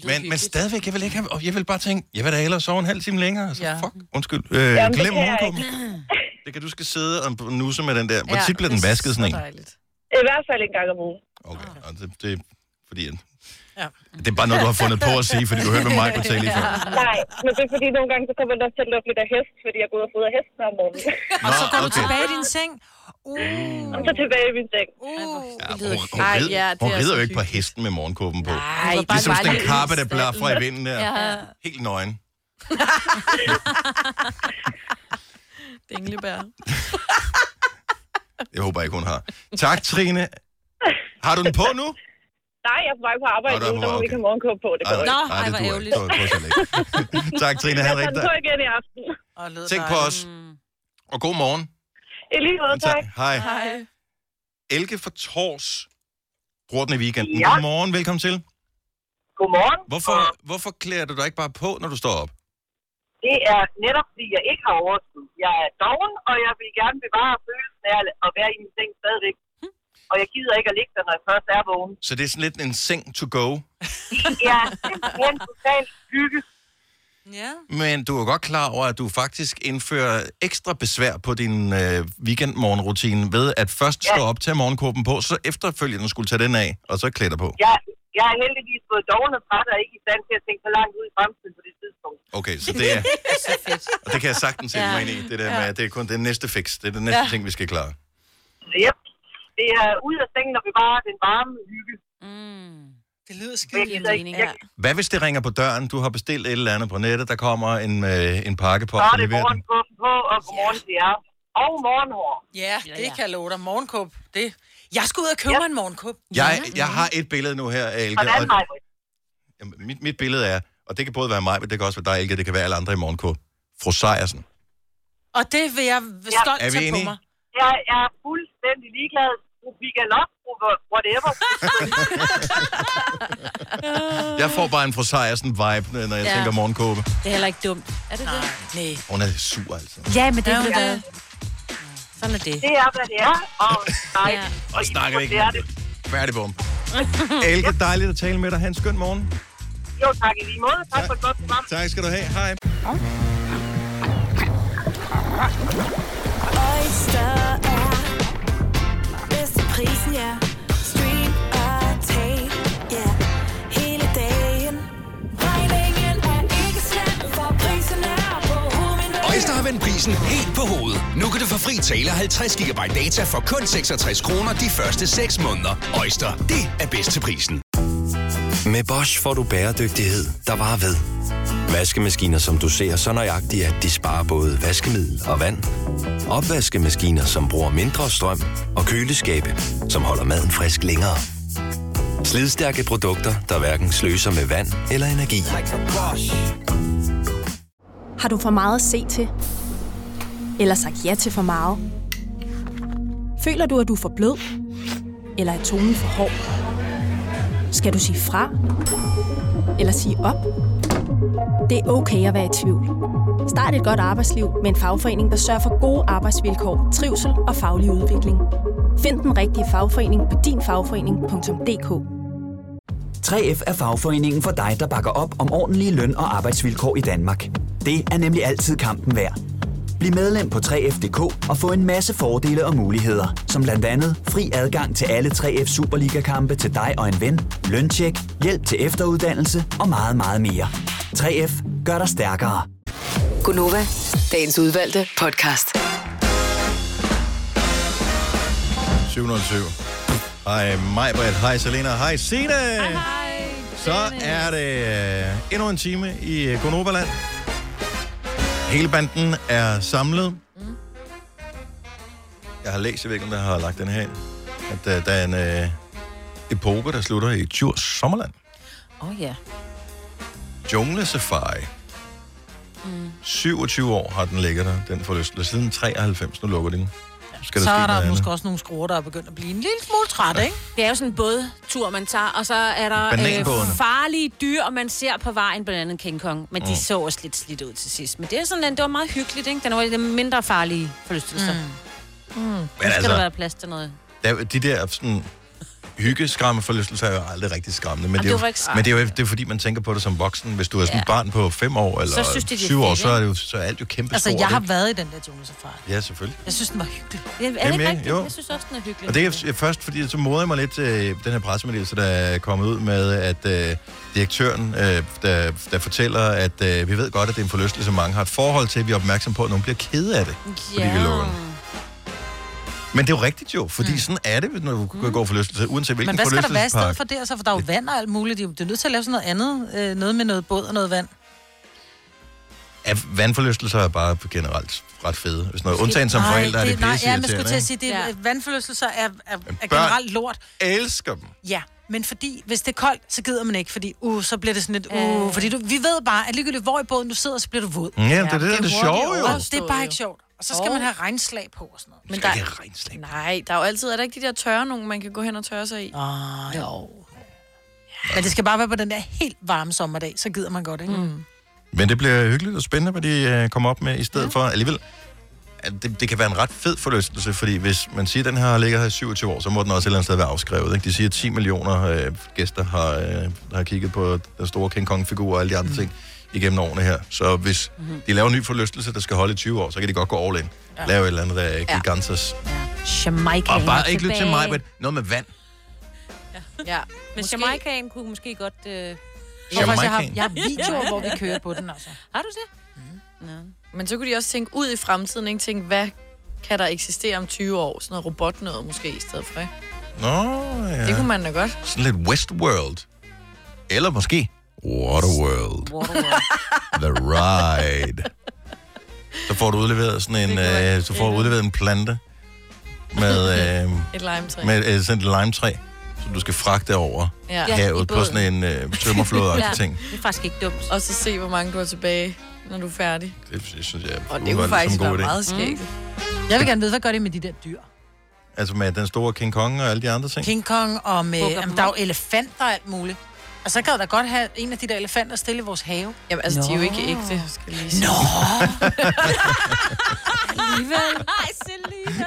Men, men stadigvæk, jeg vil ikke have, og jeg vil bare tænke, jeg vil da hellere sove en halv time længere. Så Ja. fuck, undskyld. Øh, Jamen, Jamen, det glem kan jeg morgenkåben. ikke. Det kan du skal sidde og nusse med den der. Hvor tit bliver den vasket sådan en? I hvert fald en gang om ugen. Og det, det, er fordi, at- det er bare noget, du har fundet på at sige, fordi du hørte med mig på tale lige før. Nej, men det er fordi, nogle gange så kommer der også til at lugte lidt af hest, fordi jeg går ud og fodrer hesten om morgenen. Og så går du okay. Mm. tilbage i din seng. Uh. Og så tilbage i min seng. Hun, hun, rid, hun rider jo ikke på hesten med morgenkåben på. Nej, Nej, bare ligesom sådan en lidt karpe, der udstillet. blaffer i vinden der. Ja. Helt nøgen. Dinglebær. Jeg håber ikke, hun har. Tak, Trine. Har du den på nu? Nej, jeg er på vej på arbejde Nå, nu, der er der må okay. vi ikke have morgenkåb på. Det Ej, går nej, ikke. nej, Ej, det duer ikke. Det var- det var så lidt. tak, Trine. Jeg Han tager den rigtig på igen i aften. Tænk på os. Og god morgen. I lige måde, tak. Hej. Elke fra Tors bruger den i weekenden. Ja. Godmorgen, velkommen til. Godmorgen. Hvorfor, hvorfor klæder du dig ikke bare på, når du står op? Det er netop, fordi jeg ikke har overskud. Jeg er doven, og jeg vil gerne bevare følelsen af at være i min seng stadigvæk. Og jeg gider ikke at ligge der, når jeg først er vågen. Så det er sådan lidt en seng to go. Jeg er simpelthen totalt hygge. Ja. Men du er godt klar over, at du faktisk indfører ekstra besvær på din øh, weekendmorgenrutine ved at først stå op, tage morgenkåben på, så efterfølgende skulle tage den af, og så klæde dig på. Jeg, jeg er heldigvis både doven og træt og ikke i stand til at tænke så langt ud i fremtiden på det tidspunkt. Okay, så det er... og det kan jeg sagtens sætte Ja. mig ind i. Det, der med, Ja. at det er kun den næste fix. Det er den næste Ja. ting, vi skal klare. Så yep. Det er ud af sengen og bevare den varme hygge. Mm. Det lyder skide mening. Jeg, Hvad hvis det ringer på døren? Du har bestilt et eller andet på nettet, der kommer en, øh, en pakke på. så er og det leverer den. morgenkåben på, og godmorgen til jer. Og morgenhår. Ja, det kan jeg love dig. Morgenkåb, det. Jeg skal ud og købe mig en morgenkåb. Jeg, jeg har et billede nu her af Elke. Hvordan, og, Jamen, mit, mit billede er, og det kan både være mig, men det kan også være dig, Elke, det kan være alle andre i morgenkåb. Fru Sejersen. Og det vil jeg stolt Er vi tage på enige? mig. Jeg er fuldstændig ligeglad. Fru Michael Op, fru whatever. Jeg får bare en fru Sejersen-vibe, øh, når jeg Ja. ja. tænker morgenkåbe. Det er heller ikke dumt. Er det Nej. det? Hun er sur, altså. Nej. Ja, men det er Ja. det. Sådan er det. Det er, hvad det er. Og nej. Og snakker det ikke. er om det. Færdig bum. Elke, dejligt at tale med dig. Ha' en skøn morgen. Jo, tak i lige måde. Tak for et godt program. Tak skal du have. Hej. Oyster er bedst til prisen, ja. Stream og tag, ja. Hele dagen. Regningen er ikke slem, for prisen er på hovedet. Øjster har vendt prisen helt på hovedet. Nu kan du få fri tale 50 GB data for kun 66 kroner de første 6 måneder. Øjster, det er bedst til prisen. Med Bosch får du bæredygtighed, der varer ved. Vaskemaskiner, som du ser så nøjagtigt, at de sparer både vaskemiddel og vand. Opvaskemaskiner, som bruger mindre strøm. Og køleskabe, som holder maden frisk længere. Slidstærke produkter, der hverken sløser med vand eller energi. Har du for meget at se til? Eller sagt ja til for meget? Føler du, at du er for blød? Eller er tonen for hård? Skal du sige fra? Eller sige op? Det er okay at være i tvivl. Start et godt arbejdsliv med en fagforening, der sørger for gode arbejdsvilkår, trivsel og faglig udvikling. Find den rigtige fagforening på dinfagforening.dk. 3F er fagforeningen for dig, der bakker op om ordentlige løn- og arbejdsvilkår i Danmark. Det er nemlig altid kampen værd. Bliv medlem på 3F.dk og få en masse fordele og muligheder, som blandt andet fri adgang til alle 3F Superliga-kampe til dig og en ven, løntjek, hjælp til efteruddannelse og meget, meget mere. 3F gør dig stærkere. Gunova, dagens udvalgte podcast. 707. Hej Majbert, hej Selena, hej Sina. Hej, hej. Så er det øh, endnu en time i øh, Gonoverland. Hele banden er samlet. Mm. Jeg har læst, jeg ved ikke, om jeg har lagt den her ind, at øh, der er en øh, epoke, der slutter i Djurs Sommerland. Åh oh, ja. junglesafari. Mm. 27 år har den ligget der, den forlystelse. Siden 93, nu lukker de den. Skal så ske er noget der andet. måske også nogle skruer, der er begyndt at blive en lille smule træt, ikke? Det er jo sådan en bådtur, man tager, og så er der øh, Bananbådene. farlige dyr, og man ser på vejen blandt andet King Kong. Men de Mm. så også lidt slidt ud til sidst. Men det er sådan, en- det var meget hyggeligt, ikke? Den var lidt mindre farlige forlystelser. Mm. Mm. Men skal altså- der være plads til noget. Der, er jo- de der sådan, hyggeskamme forlystelser er jo aldrig rigtig skræmmende, men, Jamen, det er, det var jo, ikke men skræmmende. det er jo det er, fordi, man tænker på det som voksen. Hvis du er sådan et Ja. barn på 5 år eller Så synes de, det er 7 år, fedt, så er, det jo, så er alt jo kæmpe Altså, stort, jeg har ikke? været i den der junglesafari. Ja, selvfølgelig. Jeg synes, den var hyggelig. Ja, er Jamen, det ikke rigtigt? jo. Jeg synes også, den er hyggelig. Og det er f- først, fordi så modede jeg mig lidt øh, den her pressemeddelelse, der er kommet ud med, at øh, direktøren, øh, der, der fortæller, at øh, vi ved godt, at det er en forlystelse, som mange har et forhold til. Vi er opmærksom på, at nogen bliver ked af det, fordi vi lukker den. Men det er jo rigtigt jo, fordi mm. sådan er det, når du går forlystelse, uanset hvilken Mm. Men hvad skal der være i forlystelsespark. stedet for det? Altså, for der er jo vand og alt muligt. De er jo- de er nødt til at lave sådan noget andet. Øh, noget med noget båd og noget vand. Ja, vandforlystelser er bare generelt ret fede. Hvis noget Måske- undtagen som Nej, forældre er det nej, pisse ja, man skulle til at sige, det er, ja. vandforlystelser er, er, er børn- generelt lort. elsker dem. Ja, men fordi, hvis det er koldt, så gider man ikke, fordi uh, så bliver det sådan lidt, uh, øh. fordi du, vi ved bare, at ligegyldigt hvor i båden du sidder, så bliver du våd. Ja, men det er det, der er det hurtigt sjove jo. overstået, Det er bare ikke sjovt. Og så skal Jo. man have regnslag på og sådan noget. Men der, regnslag. Nej, der er jo altid, er der ikke de der tørre nogen, man kan gå hen og tørre sig i? Ah, jo. Men det skal bare være på den der helt varme sommerdag, så gider man godt, ikke? Mm. Men det bliver hyggeligt og spændende, hvad de øh, kommer op med i stedet ja. for. Alligevel, at det, det kan være en ret fed forlystelse, fordi hvis man siger, at den her ligger her i 27 år, så må den også et eller andet sted være afskrevet. Ikke? De siger, at 10 millioner øh, gæster har, øh, har kigget på den store King Kong-figur og alle de andre mm. ting igennem årene her. Så hvis Mm-hmm. mm. de laver en ny forlystelse, der skal holde i 20 år, så kan de godt gå all in. Ja. Lave et eller andet øh, gigantes. Ja. Jamaica Og bare ikke lytte til mig, men noget med vand. Ja, men Jamaicaen kunne måske godt... Øh... Jeg tror faktisk, jeg har- Jeg har videoer, hvor vi kører på den, altså. Har du det? Men så kunne de også tænke ud i fremtiden, ikke? Tænke, hvad kan der eksistere om 20 år? Sådan noget robot noget måske i stedet for, ikke? Nå, ja. Ja. Det kunne man da godt. Sådan lidt Westworld. Eller måske Waterworld. The Ride. Så får du udleveret sådan en, øh, så får du udleveret en plante med, øh, Et limetræ. med øh, sådan et limetræ, som du skal fragte over Ja. ja, Ja, i havet på båden. sådan en øh, tømmerflod ja. ting. Det er faktisk ikke dumt. Og så se, hvor mange du har tilbage, når du er færdig. Mm. Det, jeg synes jeg er Og det umiddelbart kunne som faktisk en god være idé. meget skægt. Jeg vil gerne vide, hvad gør det med de der dyr? Altså med den store King Kong og alle de andre ting. King Kong og med, Hugger dem øh, jamen, der er jo elefanter og alt muligt. Og så kan jeg da godt have en af de der elefanter stille i vores have. Jamen, altså, de er jo ikke ægte, skal jeg lige sige. Nå! Alligevel. Ej, Selina.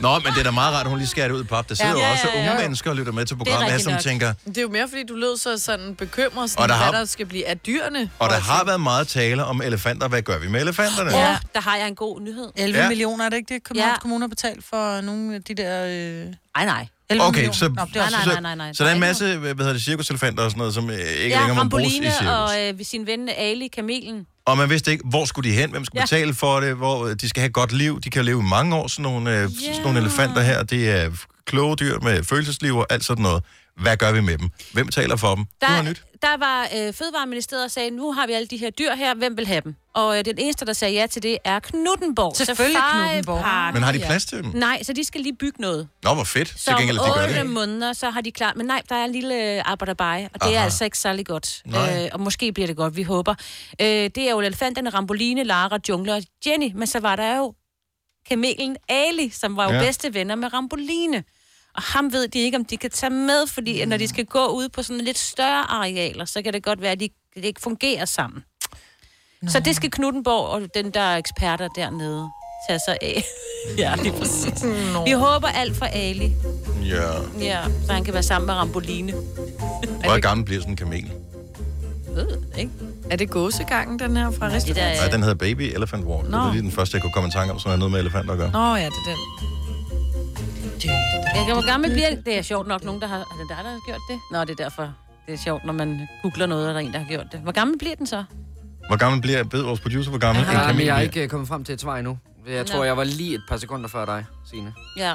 Nå, men det er da meget rart, at hun lige skærer det ud i pap. Der sidder Ja. jo Ja, også ja, ja. unge Jo. mennesker og lytter med til programmet her, som tænker, Det er jo mere, fordi du lød så sådan bekymret, sådan, Og der har- hvad der skal blive af dyrene. Og der har været meget tale om elefanter. Hvad gør vi med elefanterne? Ja, der har jeg en god nyhed. 11 Ja. ja. millioner, er det ikke det, Københavns ja. Kommune har betalt for nogle af de der... Øh... Ej, nej. Okay, så, Nå, det er Nej, også... nej, nej, så, nej, nej. så der er en masse, hvad hedder det, cirkuselefanter og sådan noget, som øh, ikke Ja, længere må bruges i Ramboline cirkus. Og... og øh, sin ven Ali Kamelen. og man vidste ikke, hvor skulle de hen, hvem skulle Ja. ja. betale for det, hvor øh, de skal have et godt liv. De kan leve i mange år, sådan nogle, øh, yeah. sådan nogle elefanter her. Det er kloge dyr med følelsesliv og alt sådan noget. Hvad gør vi med dem? Hvem betaler for dem? Der... Nu er Der, nyt. der var øh, Fødevareministeriet og sagde, nu har vi alle de her dyr her, hvem vil have dem? Og øh, den eneste, der sagde ja til det, er Knuttenborg. Selvfølgelig Safari Knuthenborg. Park. Men har de plads til dem? Nej, så de skal lige bygge noget. Nå, hvor fedt. Så Så om gengæld, at de gør otte det. måneder, så har de klart. Men nej, der er en lille øh, arbejderbej, og det Aha. er Aha. altså ikke særlig godt. Øh, Nej. og måske bliver det godt, vi håber. Øh, det er jo elefanterne, Ramboline, Lara, Jungler og Jenny. Men så var der jo kamelen Ali, som var jo Ja. ja. bedste venner med Ramboline. Og ham ved de ikke, om de kan tage med, fordi mm. når de skal gå ud på sådan lidt større arealer, så kan det godt være, at de det ikke fungerer sammen. Nå. Så det skal Knuttenborg og den, der er eksperter dernede, tage sig af. ja, lige præcis. Nå. Vi håber alt for Ali. Ja. Ja, så han kan være sammen med Ramboline. Hvor gammel bliver sådan en kamel? Øh, ikke? Er det gåsegangen, den her fra restauranten? Ja, den hedder Baby Elephant Walk. Det Nå. var lige den første, jeg kunne komme i tanke om, som har noget med elefanter at gøre. Nå ja, det er den. Jeg kan, hvor gammel bliver det? Det er sjovt nok, nogen, der har... Er det dig, der har gjort det? Nå, det er derfor. Det er sjovt, når man googler noget, og der er en, der har gjort det. Hvor gammel bliver den så? Hvor gammel bliver, ved vores producer, hvor gammel en Ja, kamel men jeg er bliver? ikke øh, kommet frem til et svar endnu. Jeg tror, Nå. jeg var lige et par sekunder før dig, Signe. Ja. Ja.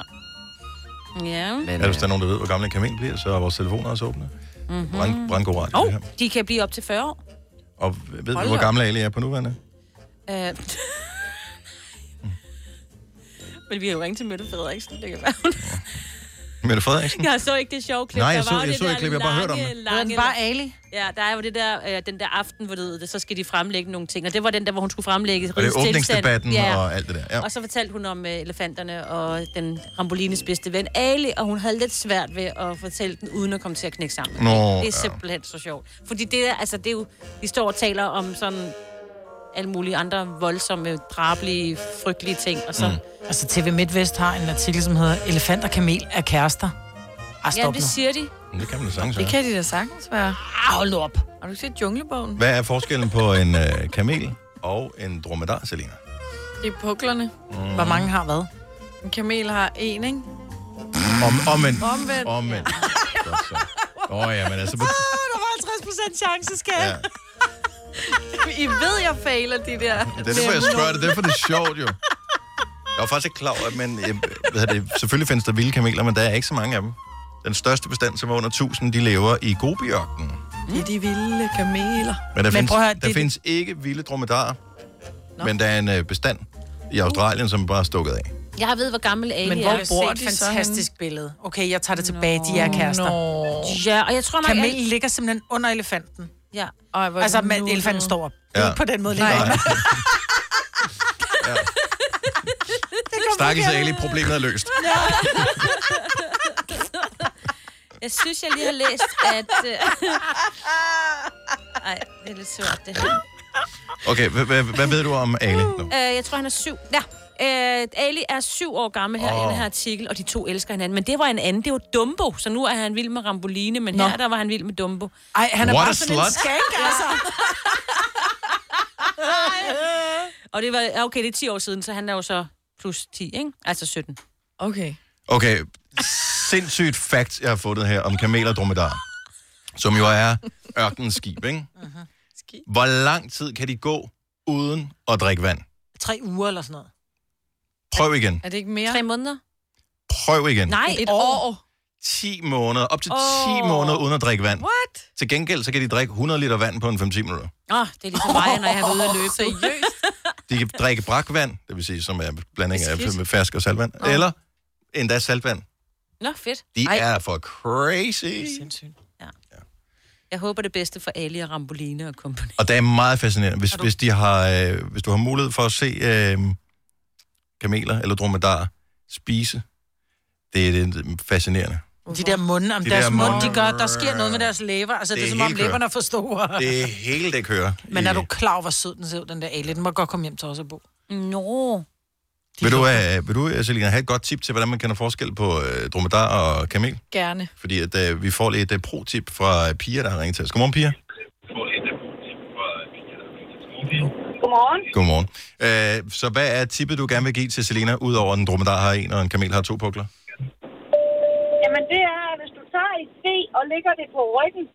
Men, øh, ja, hvis øh, der er nogen, der ved, hvor gammel en kamel bliver, så er vores telefoner også åbne. Mm-hmm. Brand, brandgod radio. Oh, det her. de kan blive op til 40 år. Og ved Hold du, da hvor op. gammel Ali er på nuværende? Øh. Men vi har jo ringet til Mette Frederiksen, det kan være. hun- Mette Frederiksen? Jeg så ikke det sjove klip. Nej, Der jeg så- var jo jeg det så ikke der klip, jeg har bare hørt om lange, det. lange- Den var Ali. Ja, der er jo det der, øh, den der aften, hvor det, så skal de fremlægge nogle ting. Og det var den der, hvor hun skulle fremlægge Og det er rigets tilstand. åbningsdebatten og alt det der, ja. Og så fortalte hun om øh, elefanterne og den Rambolines bedste ven, Ali, og hun havde lidt svært ved at fortælle den, uden at komme til at knække sammen. Nå, det ja. er simpelthen så sjovt. Fordi det der, altså det er jo, de står og taler om sådan alle mulige andre voldsomme, drabelige, frygtelige ting, og så... Mm. Altså TV MidtVest har en artikel, som hedder Elefant og kamel er kærester. Ej, Ja, Ah, stop det nu. siger de. Men Det kan man da sagtens Det være. kan de da sagtens være. Ah, hold nu op. Har du set Junglebogen? Hvad er forskellen på en øh, kamel og en dromedar, Selina? Det er puklerne. Mm. Hvor mange har hvad? En kamel har en, ikke? Om, Omvendt. omvendt. Ah, Omvendt. Godt så. Åh oh, ja, men altså... På, der var 50 procent chance, skal ja. I ved, jeg fejler de der. Det er derfor, jeg spørger det. Det er derfor, det er sjovt, jo. Jeg var faktisk ikke klar over, men jeg, hvad hedder det, selvfølgelig findes der vilde kameler, men der er ikke så mange af dem. Den største bestand, som er under 1000, de lever i Gobiørkenen. Det er de vilde kameler. Men der, men findes, prøv at høre, der det- findes ikke vilde dromedarer, no. men der er en øh, bestand i Australien, som bare er stukket af. Jeg ved, hvor gammel Ali Men er. hvor Jeg har bor set de et så fantastisk henne? billede. Okay, jeg tager det tilbage. De er kærester. Ja, og jeg tror, man... Kamel ligger simpelthen under elefanten. Ja. Ej, hvor er altså, det men nuttet. elefanten står op. Ja. Ja. På den måde. Nej. ligger den. Stakkels Ali, problemet er løst. Ja. Jeg synes, jeg lige har læst, at... øh, Ej, det er lidt svært, det her. Okay, hvad, hvad, hvad ved du om Ali? Nå. Øh, jeg tror, han er syv. Ja. Øh, Ali er syv år gammel her oh. i den her artikel, og de to elsker hinanden. Men det var en anden. Det var Dumbo, så nu er han vild med Ramboline, men Nå. her der var han vild med Dumbo. Ej, han er What bare a sådan en slut. skank, altså. og det var, ja, okay, det er 10 år siden, så han er jo så plus 10, ikke? Altså 17. Okay. Okay, sindssygt fact, jeg har fundet her om kameler og dromedar, som jo er ørkenens skib, ikke? Hvor lang tid kan de gå uden at drikke vand? Tre uger eller sådan noget. Prøv igen. Er det ikke mere? Tre måneder? Prøv igen. Nej, et år. 10 måneder, op til 10 Åh. måneder uden at drikke vand. What? Til gengæld, så kan de drikke 100 liter vand på en 5-10 minutter. Åh, oh, det er ligesom mig, når jeg har været ude at løbe. Seriøst? De kan drikke brakvand, det vil sige, som er blanding af Skidt. med fersk og saltvand, Nå. eller endda saltvand. Nå, fedt. De Ej. er for crazy. Jeg håber det bedste for Ali og Ramboline og kompagni. Og det er meget fascinerende. Hvis, hvis, de har, øh, hvis du har mulighed for at se øh, kameler eller dromedarer spise, det er det er fascinerende. De der munde, om De de der deres mund, munde. de gør, der sker noget med deres læber. Altså, det, Det det er er som om helt kørt. læberne er for store. Det hele, det kører. Men i- er du klar over, hvor sød den ser ud, den der Ali? Den må godt komme hjem til os og bo. Nå. vil, du, øh, vil du, øh, Selina, have et godt tip til, hvordan man kender forskel på øh, dromedar og kamel? Gerne. Fordi at, øh, vi får lidt øh, pro-tip fra øh, Pia, der har ringet til os. Godmorgen, Pia. Godmorgen. Godmorgen. Øh, så hvad er tippet, du gerne vil give til Selina, udover at en dromedar har en, og en kamel har to pukler? Jamen det er, at hvis du tager et C og lægger det på ryggen,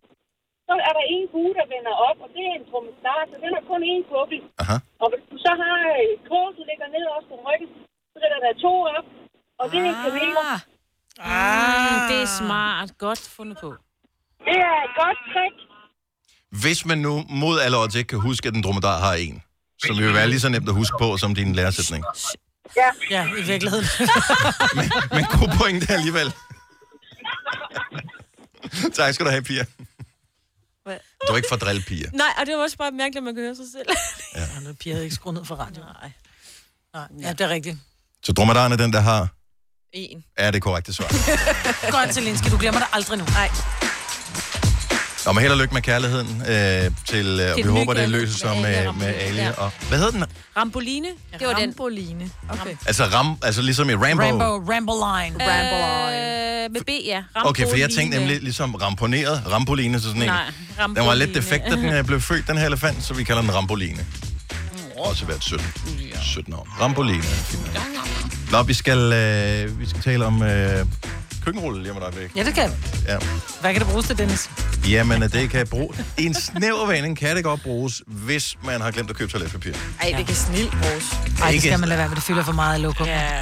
så er der en bue, der vender op, og det er en trommestar, så den har kun én kukkel. Aha. Og hvis du så har et kors, du lægger ned også på ryggen, så er der to op, og det er en kameler. Ah. Det er smart. Godt fundet på. Det er et godt trick. Hvis man nu mod alle odds ikke kan huske, at en dromedar har en, som vil være lige så nemt at huske på som din læresætning. Ja. Ja, i virkeligheden. Men god pointe alligevel. tak skal du have, Pia. Hvad? Du er ikke for drill, Pia. Nej, og det var også bare mærkeligt, at man kan høre sig selv. Ja. Nu Pia havde ikke skruet ned for radioen. Nej. Nej, ja, det er rigtigt. Så dromedaren er den, der har, En. er det korrekte svar. Godt, Selinski, du glemmer det aldrig nu. Nej. Og med held og lykke med kærligheden øh, til, øh, og vi Til den nye håber, det kærlighed løser sig med Ali med, og med Rambo. Ali. Ja. Og, hvad hedder den? Ramboline, det var den. Ramboline. Okay. Altså, ram, altså ligesom i Rambo. Rambo, Rambo Line. Rambo øh, Med B, ja. Ramboline. Okay, for jeg tænkte nemlig ligesom ramponeret, rampoline, så sådan en. Nej, Den var lidt Ramboline. defekt, da den øh, blev født, den her elefant, så vi kalder den Ramboline. Også været 17, 17 år. Ramboline. Nå, vi skal, øh, vi skal tale om øh, køkkenrulle lige om et øjeblik. Ja, det kan. Ja. Hvad kan det bruges til, Dennis? Jamen, øh, det kan bruge... En snæver vaning kan det godt bruges, hvis man har glemt at købe toiletpapir. Ej, det kan snilt bruges. Ej, det Ikke- skal man lade være med. Det fylder for meget i lokum. Ja.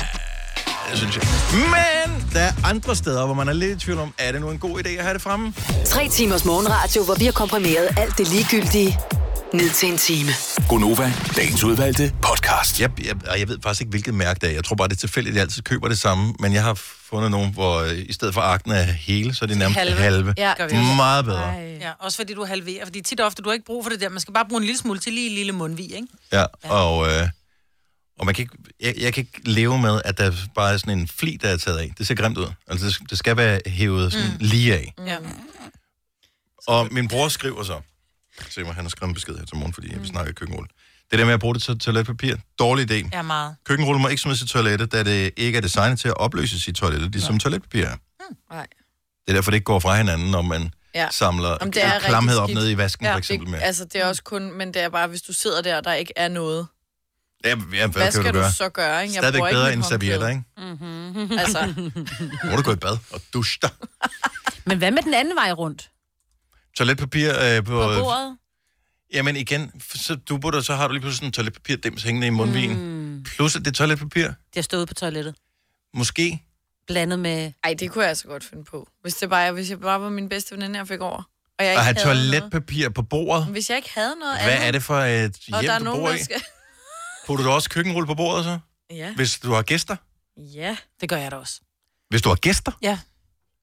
Det synes jeg. Men der er andre steder, hvor man er lidt i tvivl om, er det nu en god idé at have det fremme? Tre timers morgenradio, hvor vi har komprimeret alt det ligegyldige ned til en time. Gonova, dagens udvalgte podcast. Jeg, jeg, og jeg ved faktisk ikke, hvilket mærke det er. Jeg tror bare, det er tilfældigt, at jeg altid køber det samme. Men jeg har fundet nogen, hvor øh, i stedet for akten er hele, så er det nærmest halve. halve. Ja, gør vi også. Meget bedre. Ja, også fordi du halverer, fordi tit og ofte, du har ikke brug for det der. Man skal bare bruge en lille smule til lige en lille mundvig, ikke? Ja, og, øh, og man kan ikke, jeg, jeg kan ikke leve med, at der bare er sådan en fli, der er taget af. Det ser grimt ud. Altså, det, det skal være hævet sådan Mm. mm. lige af. Ja. Og min bror skriver så, se mig, han har skrevet en besked her til morgen, fordi mm. vi snakker køkkenrulle. Det der med at bruge det til toiletpapir, dårlig idé. Ja, meget. Køkkenrulle må ikke smides i toilettet, da det ikke er designet til at opløse sit toilet, ligesom ja. toiletpapir er. Nej. Det er derfor, det ikke går fra hinanden, når man Ja. ja. samler Om Jamen, det er rigtig klamhed op skidt. nede i vasken, ja, for eksempel. Med. Det, altså, det er også kun, men det er bare, hvis du sidder der, og der ikke er noget. Ja, ja, hvad, Hvad kan skal du du, gøre? så gøre? Ikke? Jeg Stadigvæk bruger ikke bedre mit end håndklæde. servietter, ikke? Mm-hmm. Altså, Nu må du gå i bad og dusche dig. Men hvad med den anden vej rundt? Toiletpapir øh, på... På bordet? Jamen igen, f- så, du putter, så har du lige pludselig sådan en toiletpapirdims hængende i mundvigen. Mm. Plus at det er toiletpapir, Det har stået på toilettet. måske. Blandet med... Ej, det kunne jeg altså godt finde på. Hvis, det bare, hvis jeg bare var min bedste veninde, jeg fik over. Og jeg At have havde noget. toiletpapir på bordet. Hvis jeg ikke havde noget andet. Hvad er det for et og der er hjem, du nogen, bor der i? skal... Putter du også køkkenrulle på bordet så? Ja. Hvis du har gæster? Ja. Det gør jeg da også. Hvis du har gæster? Ja.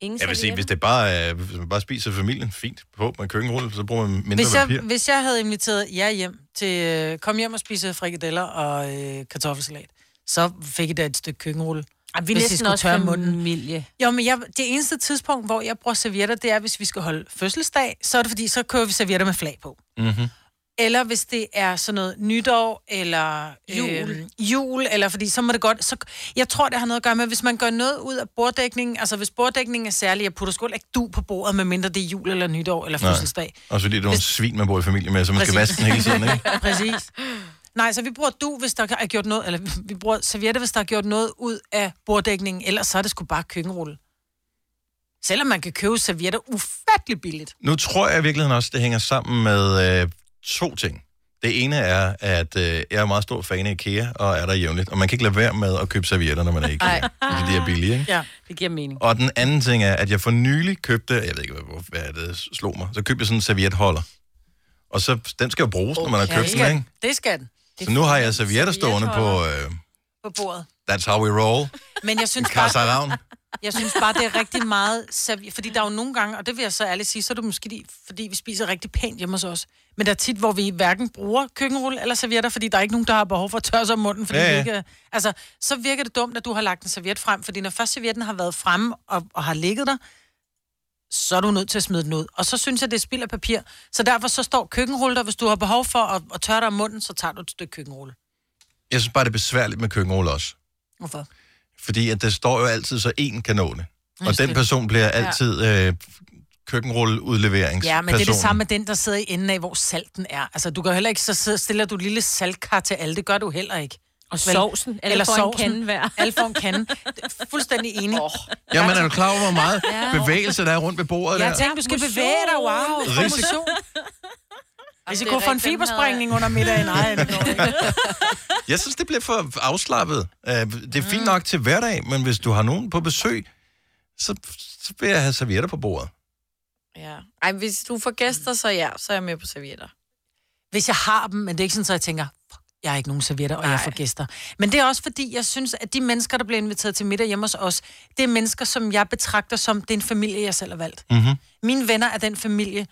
Ingen Jeg vil sige, hvis det bare er, hvis man bare spiser familien, fint på med køkkenrulle, så bruger man mindre Hvis jeg, papir. hvis jeg havde inviteret jer hjem til, øh, kom hjem og spise frikadeller og øh, kartoffelsalat, så fik I da et stykke køkkenrulle. Ej, vi er hvis I næsten skulle også tørre familie. Jo, men jeg, det eneste tidspunkt, hvor jeg bruger servietter, det er, hvis vi skal holde fødselsdag, så er det fordi, så kører vi servietter med flag på. Mm-hmm. Eller hvis det er sådan noget nytår, eller jul, øh, jul eller fordi så må det godt... Så, jeg tror, det har noget at gøre med, hvis man gør noget ud af borddækningen, altså hvis borddækningen er særlig, jeg putter sgu heller ikke du på bordet, medmindre det er jul eller nytår eller fødselsdag. Og fordi det er nogle svin, man bor i familie med, så man skal vaske Præcis. den hele tiden, ikke? Præcis. Nej, så vi bruger du, hvis der er gjort noget, eller vi bruger servietter, hvis der er gjort noget ud af borddækningen, ellers så er det sgu bare køkkenrulle. Selvom man kan købe servietter ufattelig billigt. Nu tror jeg i virkeligheden også, det hænger sammen med øh, to ting. Det ene er, at øh, jeg er meget stor fan af IKEA, og er der jævnligt. Og man kan ikke lade være med at købe servietter, når man er i IKEA. Nej. Fordi de er billige, ikke? Ja, det giver mening. Og den anden ting er, at jeg for nylig købte, jeg ved ikke, hvor- hvor- hvad det slog mig, så købte jeg sådan en servietholder. Og så, den skal jo bruges, okay. når man har købt den, ikke? Det skal den. Så nu har jeg servietter stående på øh, På bordet. That's How We Roll, Men jeg synes Casaravn. Jeg synes bare, det er rigtig meget... serv- Fordi der er jo nogle gange, og det vil jeg så ærligt sige, så er det måske de- fordi, vi spiser rigtig pænt hjemme hos os. Men der er tit, hvor vi hverken bruger køkkenrulle eller servietter, fordi der er ikke nogen, der har behov for at tørre sig om munden. Fordi Ja, ja, ja. ja. Ikke, altså, så virker det dumt, at du har lagt en serviet frem, fordi når først servietten har været fremme og, og har ligget der, så er du nødt til at smide den ud. Og så synes jeg, det er spild af papir. Så derfor så står køkkenrulle der. Hvis du har behov for at, at tørre dig om munden, så tager du et stykke køkkenrulle. Jeg synes bare, det er besværligt med køkkenrulle også. Hvorfor? Fordi at der står jo altid, så en kan nå det. Og Just den det. person bliver Ja. altid øh, køkkenrulle Ja, men det er det samme med den, der sidder i enden af, hvor salten er. Altså, du kan jo heller ikke, så sidder, stiller du et lille saltkar til alle. Det gør du heller ikke. Og sovsen. Alle får en kande hver. Alle får en kande. Det er Fuldstændig enig. Oh, Jamen, er du klar over, hvor meget Ja. bevægelse der er rundt ved bordet jeg der? tænkte, du skal bevæge dig. Wow. Risiko- Motion. Risiko det er for en rigtigt, den fibersprængning under middagen. Nej, det går ikke. Jeg synes, det bliver for afslappet. Øh, Det er Mm. fint nok til hverdag, men hvis du har nogen på besøg, så, så vil jeg have servietter på bordet. Ja. Ej, hvis du får gæster, så ja, så er jeg med på servietter. Hvis jeg har dem, men det er ikke sådan, så jeg tænker, fuck, jeg har ikke nogen servietter, og jeg får gæster. Men det er også fordi, jeg synes, at de mennesker, der bliver inviteret til middag hjemme hos os, det er mennesker, som jeg betragter som, det er en familie, jeg selv har valgt. Mm-hmm. Mine venner er den familie,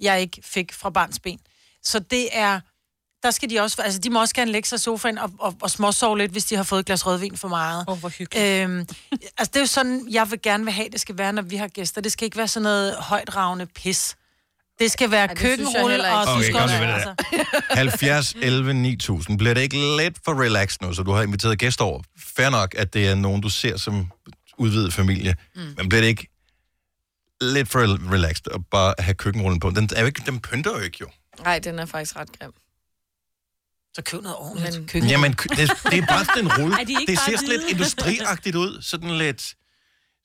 jeg ikke fik fra barns ben. Så det er... Der skal de også... Altså, de må også gerne lægge sig i sofaen og, og, og småsove lidt, hvis de har fået et glas rødvin for meget. Åh, oh, hvor hyggeligt. Øhm, altså, det er jo sådan, jeg vil gerne vil have, det skal være, når vi har gæster. Det skal ikke være sådan noget højdragende pis. Det skal være Ej, det synes jeg køkkenrulle heller og... altså, ikke. Okay, du skal kom også- nu med det der. 70, Mm. 11, 9000. Bliver det ikke lidt for relax nu, så du har inviteret gæster over? Fair nok, at det er nogen, du ser som udvidet familie. Mm. Men bliver det ikke lidt for rel- relaxed at bare have køkkenrullen på? Den, er jo ikke, den pynter jo ikke, jo. Nej, den er faktisk ret grim. Så køb noget ordentligt. Men... Jamen, kø- det, det er bare sådan en rulle. Ej, de er ikke det bare ser sådan lidt hvide. industriagtigt ud. Sådan lidt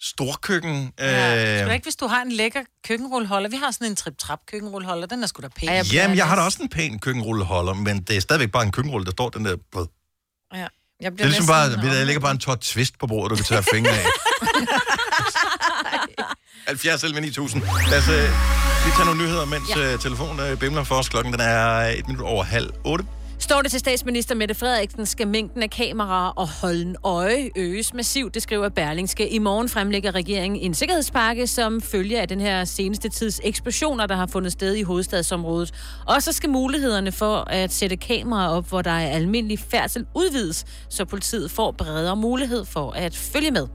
storkøkken. Ja, øh, sgu da ikke, hvis du har en lækker køkkenrulleholder. Vi har sådan en trip-trap køkkenrulleholder. Den er sgu da pæn. Jamen, jeg har da også en pæn køkkenrulleholder, men det er stadigvæk bare en køkkenrulle, der står den der... Blød. Ja. Jeg Det er ligesom bare, der ligger bare en tort twist på bordet, du kan tage fingre af. 70 11 9000. Lad os øh, lige tage nogle nyheder, mens ja. øh, telefonen øh, bimler for os. Klokken den er et minut over halv otte. Står det til statsminister Mette Frederiksen, skal mængden af kameraer og holden øje øges massivt, det skriver Berlingske. I morgen fremlægger regeringen en sikkerhedspakke, som følger af den her seneste tids eksplosioner, der har fundet sted i hovedstadsområdet. Og så skal mulighederne for at sætte kameraer op, hvor der er almindelig færdsel udvides, så politiet får bredere mulighed for at følge med.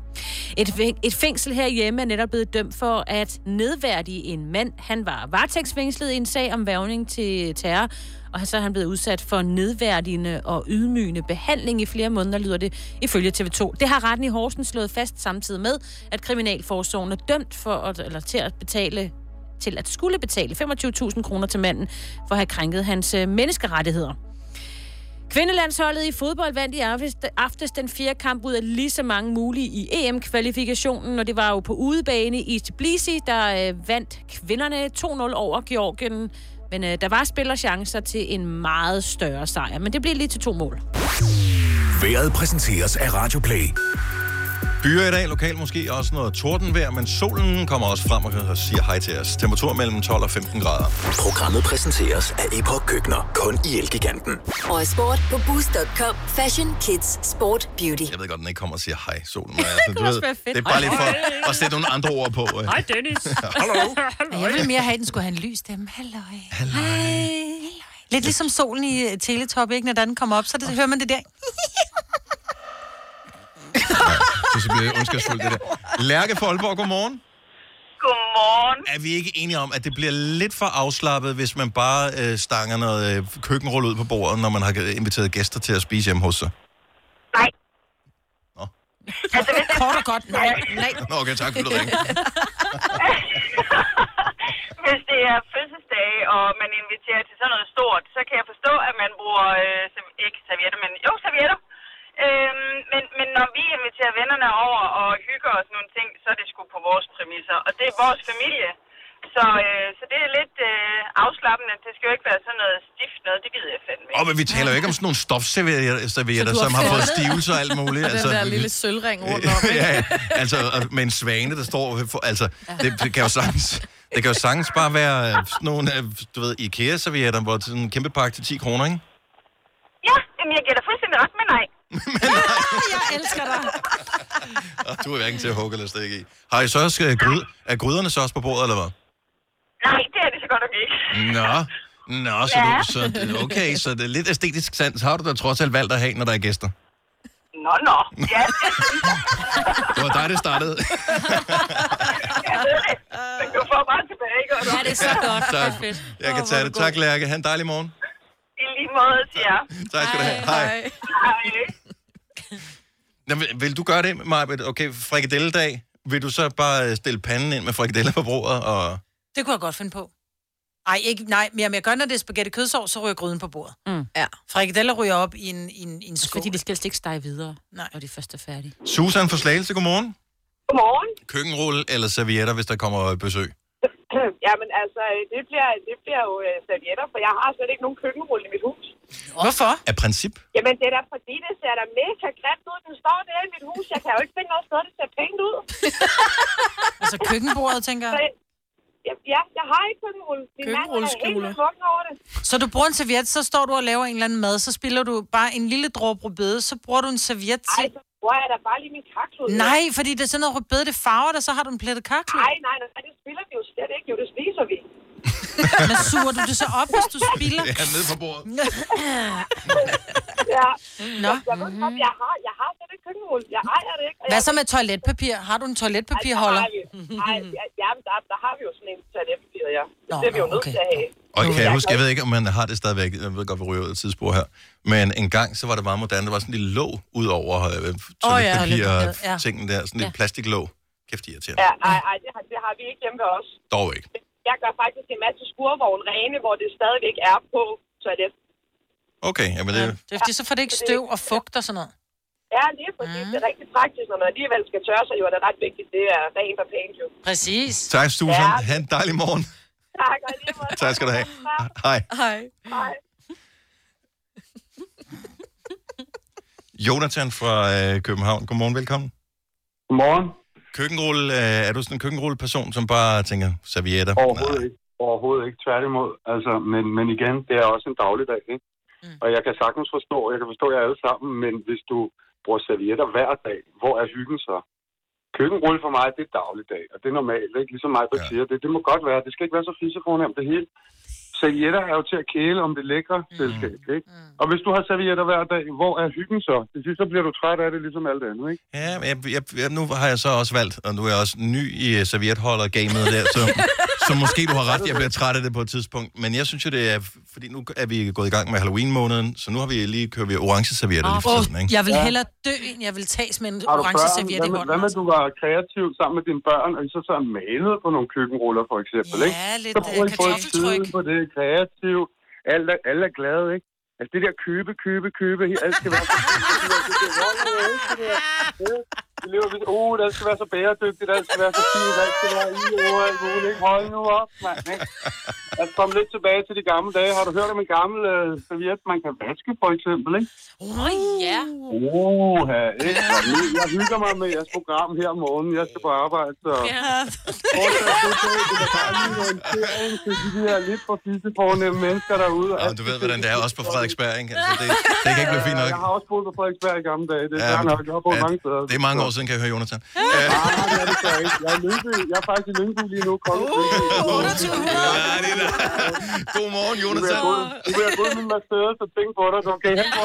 Et, fæ- et fængsel herhjemme er netop blevet dømt for at nedværdige en mand. Han var varetægtsfængslet i en sag om værvning til terror, og så er han blevet udsat for nedværdigende og ydmygende behandling i flere måneder, lyder det ifølge TV2. Det har retten i Horsen slået fast samtidig med, at Kriminalforsorgen er dømt for at, eller til at betale til at skulle betale 25.000 kroner til manden for at have krænket hans øh, menneskerettigheder. Kvindelandsholdet i fodbold vandt i aftes- aftes den fjerde kamp ud af lige så mange mulige i EM-kvalifikationen, og det var jo på udebane i Tbilisi, der øh, vandt kvinderne 2-0 over Georgien. Men øh, der var spillerchancer til en meget større sejr, men det blev lige til to mål. Været præsenteres af Radio Play. Byer i dag, lokalt måske også noget tordenvejr, men solen kommer også frem og siger hej til os. Temperatur mellem 12 og 15 grader. Programmet præsenteres af Epoch Køkkener, kun i Elgiganten. Og sport på boost.com. Fashion, kids, sport, beauty. Jeg ved godt, den ikke kommer og siger hej, solen. Men, kunne altså, du også ved, være fedt. det er bare lige Hej. for at sætte nogle andre ord på. øh. Hej Dennis. Hallo. Men jeg ville mere have, at den skulle have en lys stemme. Halløj. Halløj. Lidt ligesom solen i øh, Teletop, ikke? Når den kommer op, så det, hører man det der. Så så bliver det ondskabsfuldt, det der. Lærke fra Aalborg, godmorgen. Godmorgen. Er vi ikke enige om, at det bliver lidt for afslappet, hvis man bare øh, stanger noget øh, køkkenrulle ud på bordet, når man har inviteret gæster til at spise hjemme hos sig? Kort og godt. Nej, nej. Nå, okay, tak for det ringe. Hvis det er fødselsdag, og man inviterer til sådan noget stort, så kan jeg forstå, at man bruger, øh, serv- ikke servietter, men jo, servietter. Øhm, men, men når vi inviterer vennerne over og hygger os nogle ting, så er det sgu på vores præmisser. Og det er vores familie. Så, øh, så det er lidt øh, afslappende. Det skal jo ikke være sådan noget stift noget. Det gider jeg fandme Og men vi taler jo ikke om sådan nogle stofservietter, servietter, Så du har som har fået fjernet- stivelse og alt muligt. altså, Og Øh, den der lille sølvring rundt om. ja, ja. altså og med en svane, der står... For, altså, det, det kan jo sagtens... Det kan jo sagtens bare være øh, sådan nogle, øh, du ved, IKEA-servietter, hvor sådan en kæmpe pakke til 10 kroner, ikke? Ja, jamen, jeg gætter fuldstændig også, men nej. jeg elsker dig. Og du er hverken til at hugge eller stikke i. Har I så også øh, gryd, er gryderne så også på bordet, eller hvad? Nej, det er det så godt nok ikke. Nå, Nå så, Ja. du, så det- okay, så det er lidt æstetisk sans har du da trods alt valgt at have, når der er gæster. Nå, nå. Ja, Det var dig, det startede. jeg ved det. Men du får bare tilbage, ikke? Ja, det er så godt. Så jeg kan tage det. Tak, Lærke. Ha' en dejlig morgen. I lige måde til jer. Tak skal du have. Hej. Hej. Hej. Nå, vil, vil du gøre det, Marbet? Okay, frikadelledag. Vil du så bare øh, stille panden ind med frikadeller på bordet? Og... Det kunne jeg godt finde på. Ej, ikke, nej, men jeg gør, når det er spaghetti kødsovs, så ryger gryden på bordet. Mm. Ja. Frikadeller ryger op i en, i en, i en skål. Altså, Fordi det skal helst ikke stege videre, Nej. når de først er færdige. Susan fra Slagelse, godmorgen. Godmorgen. Køkkenrulle eller servietter, hvis der kommer besøg? Jamen altså, øh, det bliver, det bliver jo øh, servietter, for jeg har slet ikke nogen køkkenrulle i mit hus. Hvorfor? Af princip. Jamen det er da fordi, det ser da mega grimt ud. Den står der i mit hus. Jeg kan jo ikke finde noget sted, det ser pænt ud. Altså køkkenbordet, tænker jeg. Ja, ja jeg har ikke køkkenrulle. Min mand er helt Køkkenrulleskjuler. vildt vågen over det. Så du bruger en serviet, så står du og laver en eller anden mad, så spiller du bare en lille dråbe rødbede, så bruger du en serviet til... Ej, så bruger jeg da bare lige min kaktus. Nej, fordi det er sådan noget rødbede, det farver dig, så har du en plettet kaktus. Nej, nej, nej, det spiller vi jo slet ikke. Jo, det spiser vi. Men suger du det så op, hvis du spiller? Ja, ned på bordet. ja. Nå. Mm-hmm. Jeg, jeg ved godt, jeg har, jeg har slet ikke køkkenrulle. Jeg ejer det ikke. og Hvad jeg- så med toiletpapir? Har du en toiletpapirholder? Ej, Nej, ja, jamen, der, der har vi jo sådan en toiletpapir, ja. Det bliver vi jo nødt til at have. Og kan jeg huske, jeg ved ikke, om man har det stadigvæk, jeg ved godt, vi ryger ud af et tidsspor her, men en gang, så var det meget moderne, der var sådan en lille låg ud over øh, toiletpapir og toiletpapir, ja. tingen der, sådan en Ja. ja. plastiklåg. Kæft, de irriterende. Ja, Ja. nej, nej, det har, det har vi ikke hjemme ved os. Dog ikke. Jeg gør faktisk en masse skurvogn rene, hvor det stadigvæk er på toilet. Okay, jamen det, Det er fordi, så får det ikke støv og fugt og sådan noget. Ja, lige præcis. Mm. Det er rigtig praktisk, når man alligevel skal tørre sig, jo er det ret vigtigt. Det er rent og pænt, jo. Præcis. Tak, Susan. Ja. Ja. Ha' en dejlig morgen. Tak, og lige måde. Tak skal du have. Hej. Hej. Hej. Jonathan fra øh, København. Godmorgen, velkommen. Godmorgen. køkkenrulle, øh, er du sådan en køkkenrulleperson, som bare tænker servietter? Overhovedet ikke. Overhovedet ikke. Tværtimod. Altså, men, men igen, det er også en dagligdag, ikke? Mm. Og jeg kan sagtens forstå, jeg kan forstå jer alle sammen, men hvis du bruger servietter hver dag, hvor er hyggen så? Køkkenrulle for mig, det er dagligdag, og det er normalt, ikke? Ligesom mig, der ja. siger det. Det må godt være. Det skal ikke være så fissefornemt, det hele. Servietter er jo til at kæle om det lækre mm. selskab, ikke? Mm. Og hvis du har servietter hver dag, hvor er hyggen så? Til sidst så bliver du træt af det, ligesom alt andet, ikke? Ja, men jeg, jeg, jeg, nu har jeg så også valgt, og nu er jeg også ny i øh, servietholder-gamet der, så, så måske du har ret, jeg bliver træt af det på et tidspunkt. Men jeg synes jo, det er, fordi nu er vi gået i gang med Halloween-måneden, så nu har vi lige kørt vi orange servietter lige for tiden, ikke? Jeg vil hellere dø, end jeg vil tages med en Har du orange børn? serviet Hvad i med, hånden. hvad med, du var kreativ sammen med dine børn, og I så så malede på nogle køkkenruller, for eksempel, Ja, ikke? lidt, så bruger øh, I både kartoffeltryk. tiden på det, kreativ, alle, er- alle er glade, ikke? Altså det der købe, købe, købe, alt skal være så Vi lever ved, oh, det skal være så bæredygtigt, alt skal være så fint, alt skal være i og alt muligt. ikke? Hold nu op, mand. Ikke? Altså, kom lidt tilbage til de gamle dage. Har du hørt om en gammel øh, serviet, man kan vaske, for eksempel, ikke? Åh, oh, ja. Oh, ikke? Og nu- Jeg hygger mig med jeres program her om morgenen. Jeg skal på arbejde, så... til de her lidt for fissefornemme mennesker derude. Altså, Og du ved, hvordan det er, også på Frederiksberg, ikke? Altså, det, det kan ikke blive fint nok. Jeg har også boet på Frederiksberg i gamle dage. Det er Ja, ja, men- nok. Jeg har boet ja, mange steder. Det er mange år siden, kan jeg høre, Jonathan. Nej, det er det så ikke. Jeg er, i Lyngby. jeg er faktisk i Lyngby lige nu. Kom. Uh, Godmorgen, Jonathan. Nu vil jeg gå ud med Mercedes og tænke på dig, så okay, hen på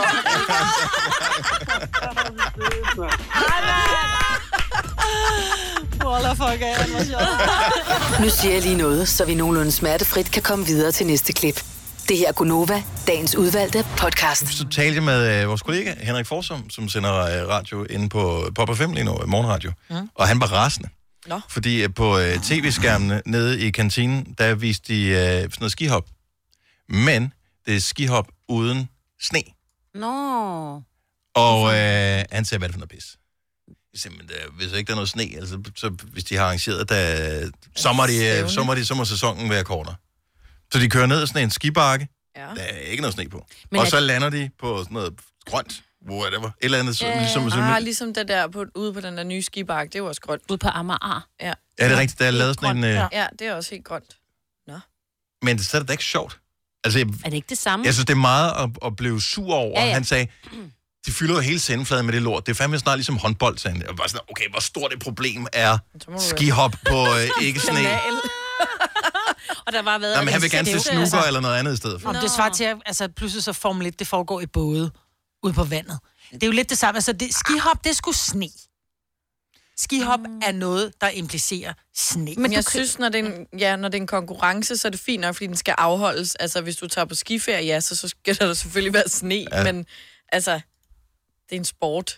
Waller fuck af, han var sjov. Nu siger jeg lige noget, så vi nogenlunde smertefrit kan komme videre til næste klip. Det her er Gunova, dagens udvalgte podcast. Så talte jeg med øh, vores kollega Henrik Forsum, som sender øh, radio inde på Pop 5 lige nu, øh, morgenradio. Mm. Og han var rasende. Nå. Fordi øh, på øh, tv-skærmene nede i kantinen, der viste de øh, sådan noget skihop. Men det er skihop uden sne. Nå. Og øh, han sagde, hvad er det for noget pis? Simpelthen, der, hvis ikke der er noget sne, altså, så, hvis de har arrangeret, der, så, må de, øh, så, må de, så må sæsonen være kortere. Så de kører ned ad sådan en skibakke, ja. der er ikke noget sne på. Men Men og er så det- lander de på sådan noget grønt, whatever, et eller andet, yeah. ligesom, som, ah, ligesom det der på, ude på den der nye skibark, det er jo også grønt. Ude på Amager. Ja. er det rigtigt, der er lavet sådan en... Øh, Ja. ja, det er også helt grønt. Men så er det da ikke sjovt. Altså, jeg, Mm. Er det ikke det samme? jeg synes, det er meget at, at blive sur over. Ja, Ja, ja. ja. Han sagde, de fylder jo hele sendefladen med det lort. Det er fandme snart ligesom håndbold, sagde han. Jeg var bare sådan, okay, hvor stort et problem er skihop på øh, ikke sne? og der var været... Nå, men han vil altså, gerne se snooker eller noget andet i stedet for. Om det svarer til, at altså, pludselig så Formel 1, det foregår i både ude på vandet. Det er jo lidt det samme. Altså, det, skihop, det skulle sne. Skihop mm. er noget, der implicerer sne. Men jeg synes, når det, er en, ja, når det er en konkurrence, så er det fint nok, fordi den skal afholdes. Altså, hvis du tager på skiferie, ja, så, så skal der selvfølgelig være sne, Ja. ja. men altså, det er en sport.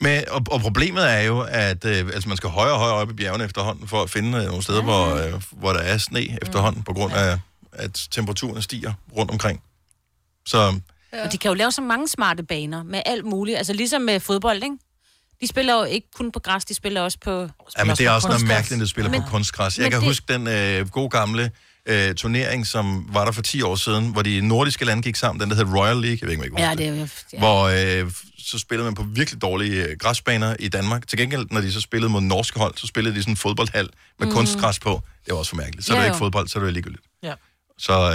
Men, og, og problemet er jo, at øh, altså, man skal højere og højere op i bjergene efterhånden, for at finde øh, nogle steder, hvor, øh, hvor der er sne efterhånden, på grund af, at temperaturen stiger rundt omkring. Så Ja. Og de kan jo lave så mange smarte baner med alt muligt. Altså ligesom med fodbold, ikke? De spiller jo ikke kun på græs, de spiller også på... Ja, men det er også noget kunstgræs. mærkeligt, at du spiller men, på kunstgræs. Jeg men kan det... det- huske den øh, gode gamle øh, turnering, som var der for 10 år siden, hvor de nordiske lande gik sammen, den der hed Royal League, jeg ved ikke, om jeg kan Ja, huske det er jo... det. hvor øh, så spillede man på virkelig dårlige øh, græsbaner i Danmark. Til gengæld, når de så spillede mod norske hold, så spillede de i sådan en fodboldhal med Mm. mm. kunstgræs på. Det var også for mærkeligt. Så er Ja, Mm. det jo. ikke fodbold, så er det ligegyldigt. Ja. Så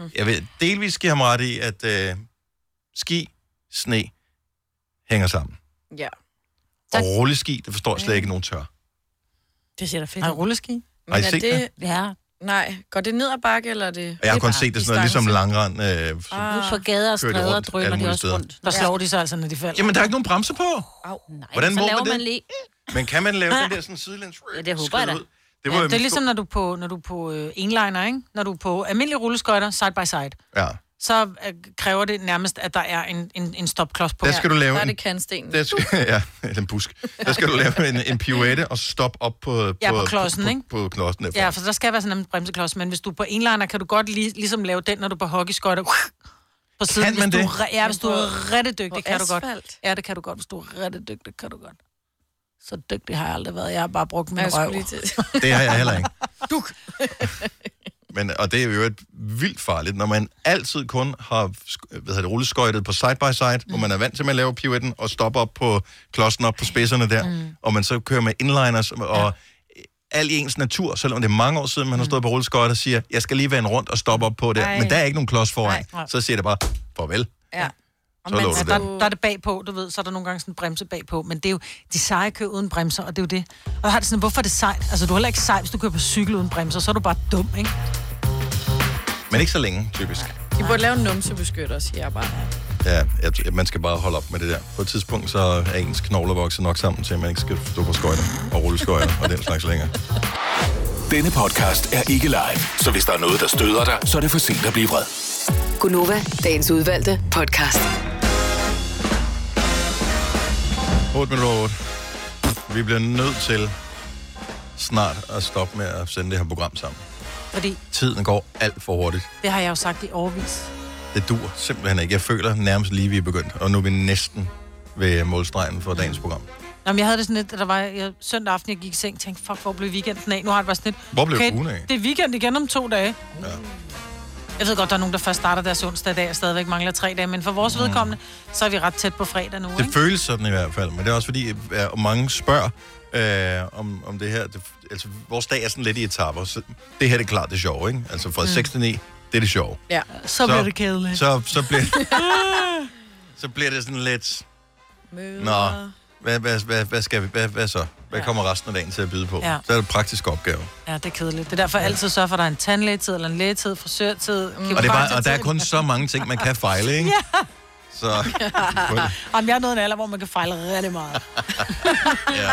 øh, jeg vil delvis give ham ret i, at øh, ski, sne hænger sammen. Ja. Tak. Og rulleski, det forstår jeg slet ikke, nogen tør. Det ser da fedt ud. Har I rulleski? Har I set det? Ja. Nej, går det ned ad bakke, eller er det... Jeg har kun set det sådan noget, ligesom langrand. Øh, Ah. Ude på gader og kører de stræder rundt drøner alle de mulige også steder. rundt. Der slår de så altså, når de falder. Jamen, der er ikke nogen bremser på. Au, nej. Hvordan så må laver man det? man lige... men kan man lave den der sådan sidelæns? Ja, det håber jeg da. skridt ud? Det, var ja, jo det er mit ligesom, store- når du er på, når du er på øh, enliner, ikke? Når du er på almindelige rulleskøjter, side by side. Ja. Så øh, kræver det nærmest, at der er en, en, en stopklods på. Der skal du lave Der er en- det kandstenen. Der skal, ja, eller en busk. Der skal du lave en, en pirouette og stoppe op på, Ja, på klodsen, på, ikke? På, på klodsen derfra. Ja, for der skal være sådan en bremseklods, men hvis du er på enliner, kan du godt lige, ligesom lave den, når du er på hockeyskøjter. På siden, Kan man hvis du, det? er re- Ja, hvis du er rigtig på dygtig, kan du godt. asfalt? Ja, det kan du godt. Hvis du er rigtig dygtig, kan du godt. Så dygtig har jeg aldrig været. Jeg har bare brugt min Jeg skulle røv. lige til- Det har jeg heller ikke. Duk. Men, og det er jo et vildt farligt, når man altid kun har sk- hvad hedder det, rulleskøjtet på side-by-side, mm. hvor man er vant til, at man laver pirouetten og stopper op på klodsen op på spidserne der, mm. og man så kører med inliners og ja. al i ens natur, selvom det er mange år siden, man har stået på rulleskøjt og siger, jeg skal lige vende rundt og stoppe op på der, Mm. Ej. men der er ikke nogen klods foran. Nej. Så siger det bare, farvel. Ja. Og Så man, lå så det der, der. der er det bagpå, du ved, så er der nogle gange sådan en bremse bagpå, men det er jo de seje kører uden bremser, og det er jo det. Og jeg har det sådan, hvorfor er det sejt? Altså, du er heller ikke sej, hvis du kører på cykel uden bremser, så er du bare dum, ikke? Men ikke så længe, typisk. De burde lave en numsebeskytter, siger jeg bare. Ja, jeg- man skal bare holde op med det der. På et tidspunkt, så er ens knogler vokset nok sammen til, at man ikke skal stå på skøjter og rulleskøjter og den slags længere. Denne podcast er ikke live, så hvis der er noget, der støder dig, så er det for sent at blive vred. Gunova, dagens udvalgte podcast. 8 minutter 8. Vi bliver nødt til snart at stoppe med at sende det her program sammen. Fordi Tiden går alt for hurtigt. det har jeg jo sagt i overvis. Det dur simpelthen ikke. Jeg føler nærmest lige, vi er begyndt. Og nu er vi næsten ved målstregen for dagens program. Nå, men jeg havde det sådan lidt, at der var jeg, søndag aften, jeg gik i seng, tænkte, fuck, hvor blev weekenden af? Nu har det bare sådan lidt... Hvor blev ugen af? Det er weekend igen om to dage. Ja. Jeg ved godt, der er nogen, der først starter deres onsdag i dag, og stadigvæk mangler tre dage, men for vores Mm. mm. vedkommende, så er vi ret tæt på fredag nu, Det ikke? føles sådan i hvert fald, men det er også fordi, at mange spørger øh, om, om det her. Det, altså, vores dag er sådan lidt i etaper. Så det her det er klart det sjove, ikke? Altså fra Mm. 6 til 9, det er det sjove. Ja, så, så bliver det kedeligt. Så, så, bliver, så bliver det sådan lidt... Nå, hvad, hvad, hvad, hvad skal vi? Hvad, hvad så? Hvad kommer resten af dagen til at byde på? Ja. Så er det en praktisk opgave. Ja, det er kedeligt. Det er derfor, jeg altid sørger for, at der er en tandlægetid, eller en lægetid, frisørtid, mm. Og, det er bare, og der er kun så mange ting, man kan fejle, ikke? Ja. Så, kun- Jamen, jeg er nået en alder, hvor man kan fejle rigtig meget. ja.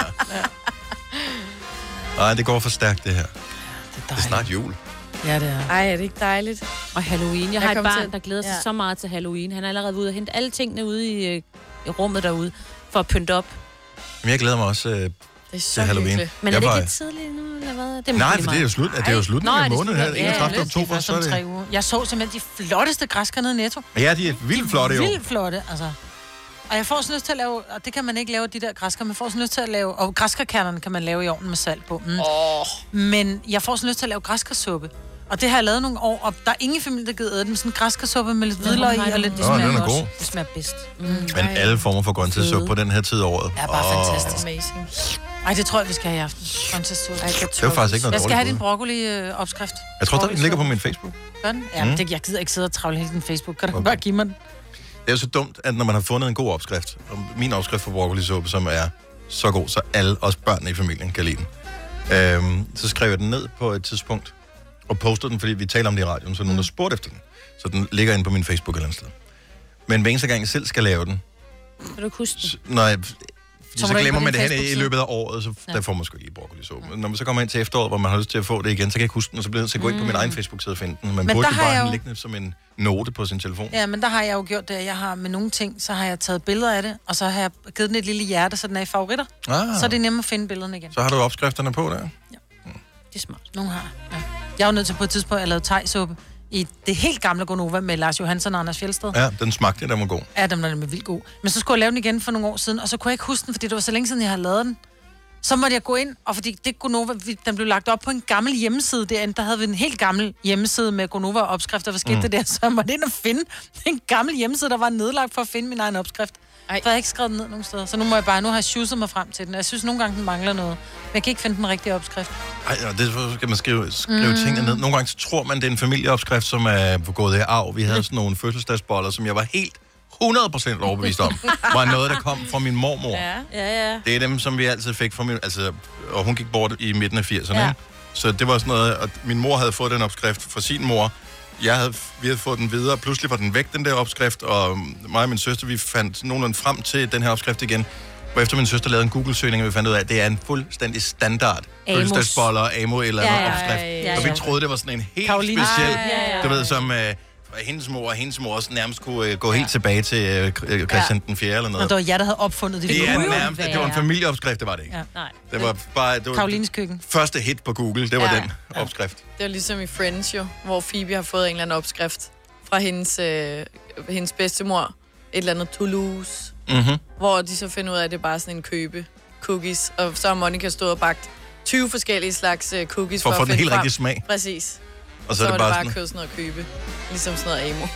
Ej, det går for stærkt, det her. Det er, det er snart jul. Ja, det er. Ej, er det ikke dejligt? Og Halloween. Jeg Jeg har et kom barn, til- der glæder sig Ja. ja. så meget til Halloween. Han er allerede ude og hente alle tingene ude i, øh, i rummet derude for at pynte op. Men jeg glæder mig også øh, til Halloween. Men er jeg det var- ikke lidt tidligt nu, eller hvad? Det Nej, måske for det er jo meget. slut, det er jo Nej. slutningen Nå, af er det måneden her. slut? Ja, 31. ja. oktober, Først så er om tre det... uger. Jeg så simpelthen de flotteste græsker nede i Netto. Ja, de er vildt flotte jo. Vildt flotte, altså. Og jeg får sådan lyst til at lave, og det kan man ikke lave de der græsker, man får sådan lyst til at lave, og græskerkernerne kan man lave i ovnen med salt på. Mm. Oh. Men jeg får sådan lyst til at lave græskersuppe. Og det har jeg lavet nogle år, og der er ingen familie, der gider æde dem. Sådan en græskersuppe med lidt hvidløg i, og lidt, det Nå, den smager er godt. god. Det smager bedst. Mm. Men alle former for grøntsagssuppe Fede. på den her tid af året. er bare Åh. fantastisk. Amazing. Ej, det tror jeg, vi skal have i aften. Grøntsagssuppe. Det var faktisk ikke noget Jeg skal dårligt have din bud. broccoli-opskrift. Jeg tror, den ligger på min Facebook. Gør den? Ja, Mm. mm. det, jeg gider ikke sidde og travle hele din Facebook. Kan du okay. bare give mig den? Det er så dumt, at når man har fundet en god opskrift, og min opskrift for broccolisuppe, som er så god, så alle, også børnene i familien, kan lide den, øhm, så skrev jeg den ned på et tidspunkt, og postede den, fordi vi taler om det i radioen, så er nogen, Mm. der spurgte efter den. Så den ligger inde på min Facebook et eller andet sted. Men hver eneste gang, jeg selv skal lave den, Kan du ikke huske den? når jeg, fordi må så, så du ikke glemmer på man din det hen i- i Facebook-side. løbet af året, så ja. Ja. der får man sgu ikke lige broccolisuppe. Men Når man så kommer ind til efteråret, hvor man har lyst til at få det igen, så kan jeg ikke huske den, og så bliver jeg nødt til at gå ind på min egen Facebook-side og finde den. Man Men burde der jo har bare jeg have jo- den liggende som en note på sin telefon. Ja, men der har jeg jo gjort det, at jeg har med nogle ting, så har jeg taget billeder af det, og så har jeg givet den et lille hjerte, så den er i favoritter. Ah. Så er det nemmere at finde billederne igen. Så har du opskrifterne på der. Det er smart. Nogle har. Ja. Jeg er jo nødt til på et tidspunkt at lave tegsuppe i det helt gamle Gonova med Lars Johansson og Anders Fjeldsted. Ja, den smagte, den var god. Ja, den var nemlig vildt god. Men så skulle jeg lave den igen for nogle år siden, og så kunne jeg ikke huske den, fordi det var så længe siden, jeg havde lavet den. Så måtte jeg gå ind, og fordi det Gonova, vi- den blev lagt op på en gammel hjemmeside derinde, der havde vi en helt gammel hjemmeside med Gonova opskrifter, hvad skete Mm. mm. det der? Så jeg måtte ind og finde en gammel hjemmeside, der var nedlagt for at finde min egen opskrift. Ej. For jeg havde ikke skrevet den ned nogen steder. Så nu må jeg bare, nu har jeg sjusset mig frem til den. Jeg synes nogle gange, den mangler noget. Men jeg kan ikke finde den rigtige opskrift. Ej, og det skal man skrive, skrive mm. Mm. tingene ned. Nogle gange så tror man, det er en familieopskrift, som er gået i arv. Vi havde sådan nogle fødselsdagsboller, som jeg var helt 100% overbevist om, var noget, der kom fra min mormor. Ja. Ja, ja. Det er dem, som vi altid fik fra min... Altså, og hun gik bort i midten af 80'erne. Ja. Ja. Så det var sådan noget, at min mor havde fået den opskrift fra sin mor. Jeg havde, vi havde fået den videre, pludselig var den væk, den der opskrift, og mig og min søster, vi fandt nogenlunde frem til den her opskrift igen. Hvorefter min søster lavede en Google-søgning, og vi fandt ud af, at det er en fuldstændig standard Amos. fødselsdagsboller og amo eller Ja, ja, ja, ja, opskrift. ja, ja, Og vi ja. troede, det var sådan en helt Karoline. speciel, Ej, ja, ja, du ved, ja. som øh, hendes mor og hendes mor også nærmest kunne øh, gå helt tilbage til øh, Christian ja. den 4. eller Nå, noget. det var jer, der havde opfundet det. Det er kunne jo nærmest, det var en være. familieopskrift, det var det ikke. Ja. Nej. Det var bare... Det var Karolines køkken. Første hit på Google, det var ja. Ja. den opskrift. Det er ligesom i Friends jo, hvor Phoebe har fået en eller anden opskrift fra hendes, øh, hendes bedstemor. Et eller andet Toulouse. Mm-hmm. Hvor de så finder ud af, at det er bare sådan en købe cookies. Og så har Monica stået og bagt 20 forskellige slags øh, cookies For at få den finde helt frem. rigtige smag. Præcis. Og Og så, så er det bare, bare at sådan- købe sådan noget at købe. Ligesom sådan noget amo.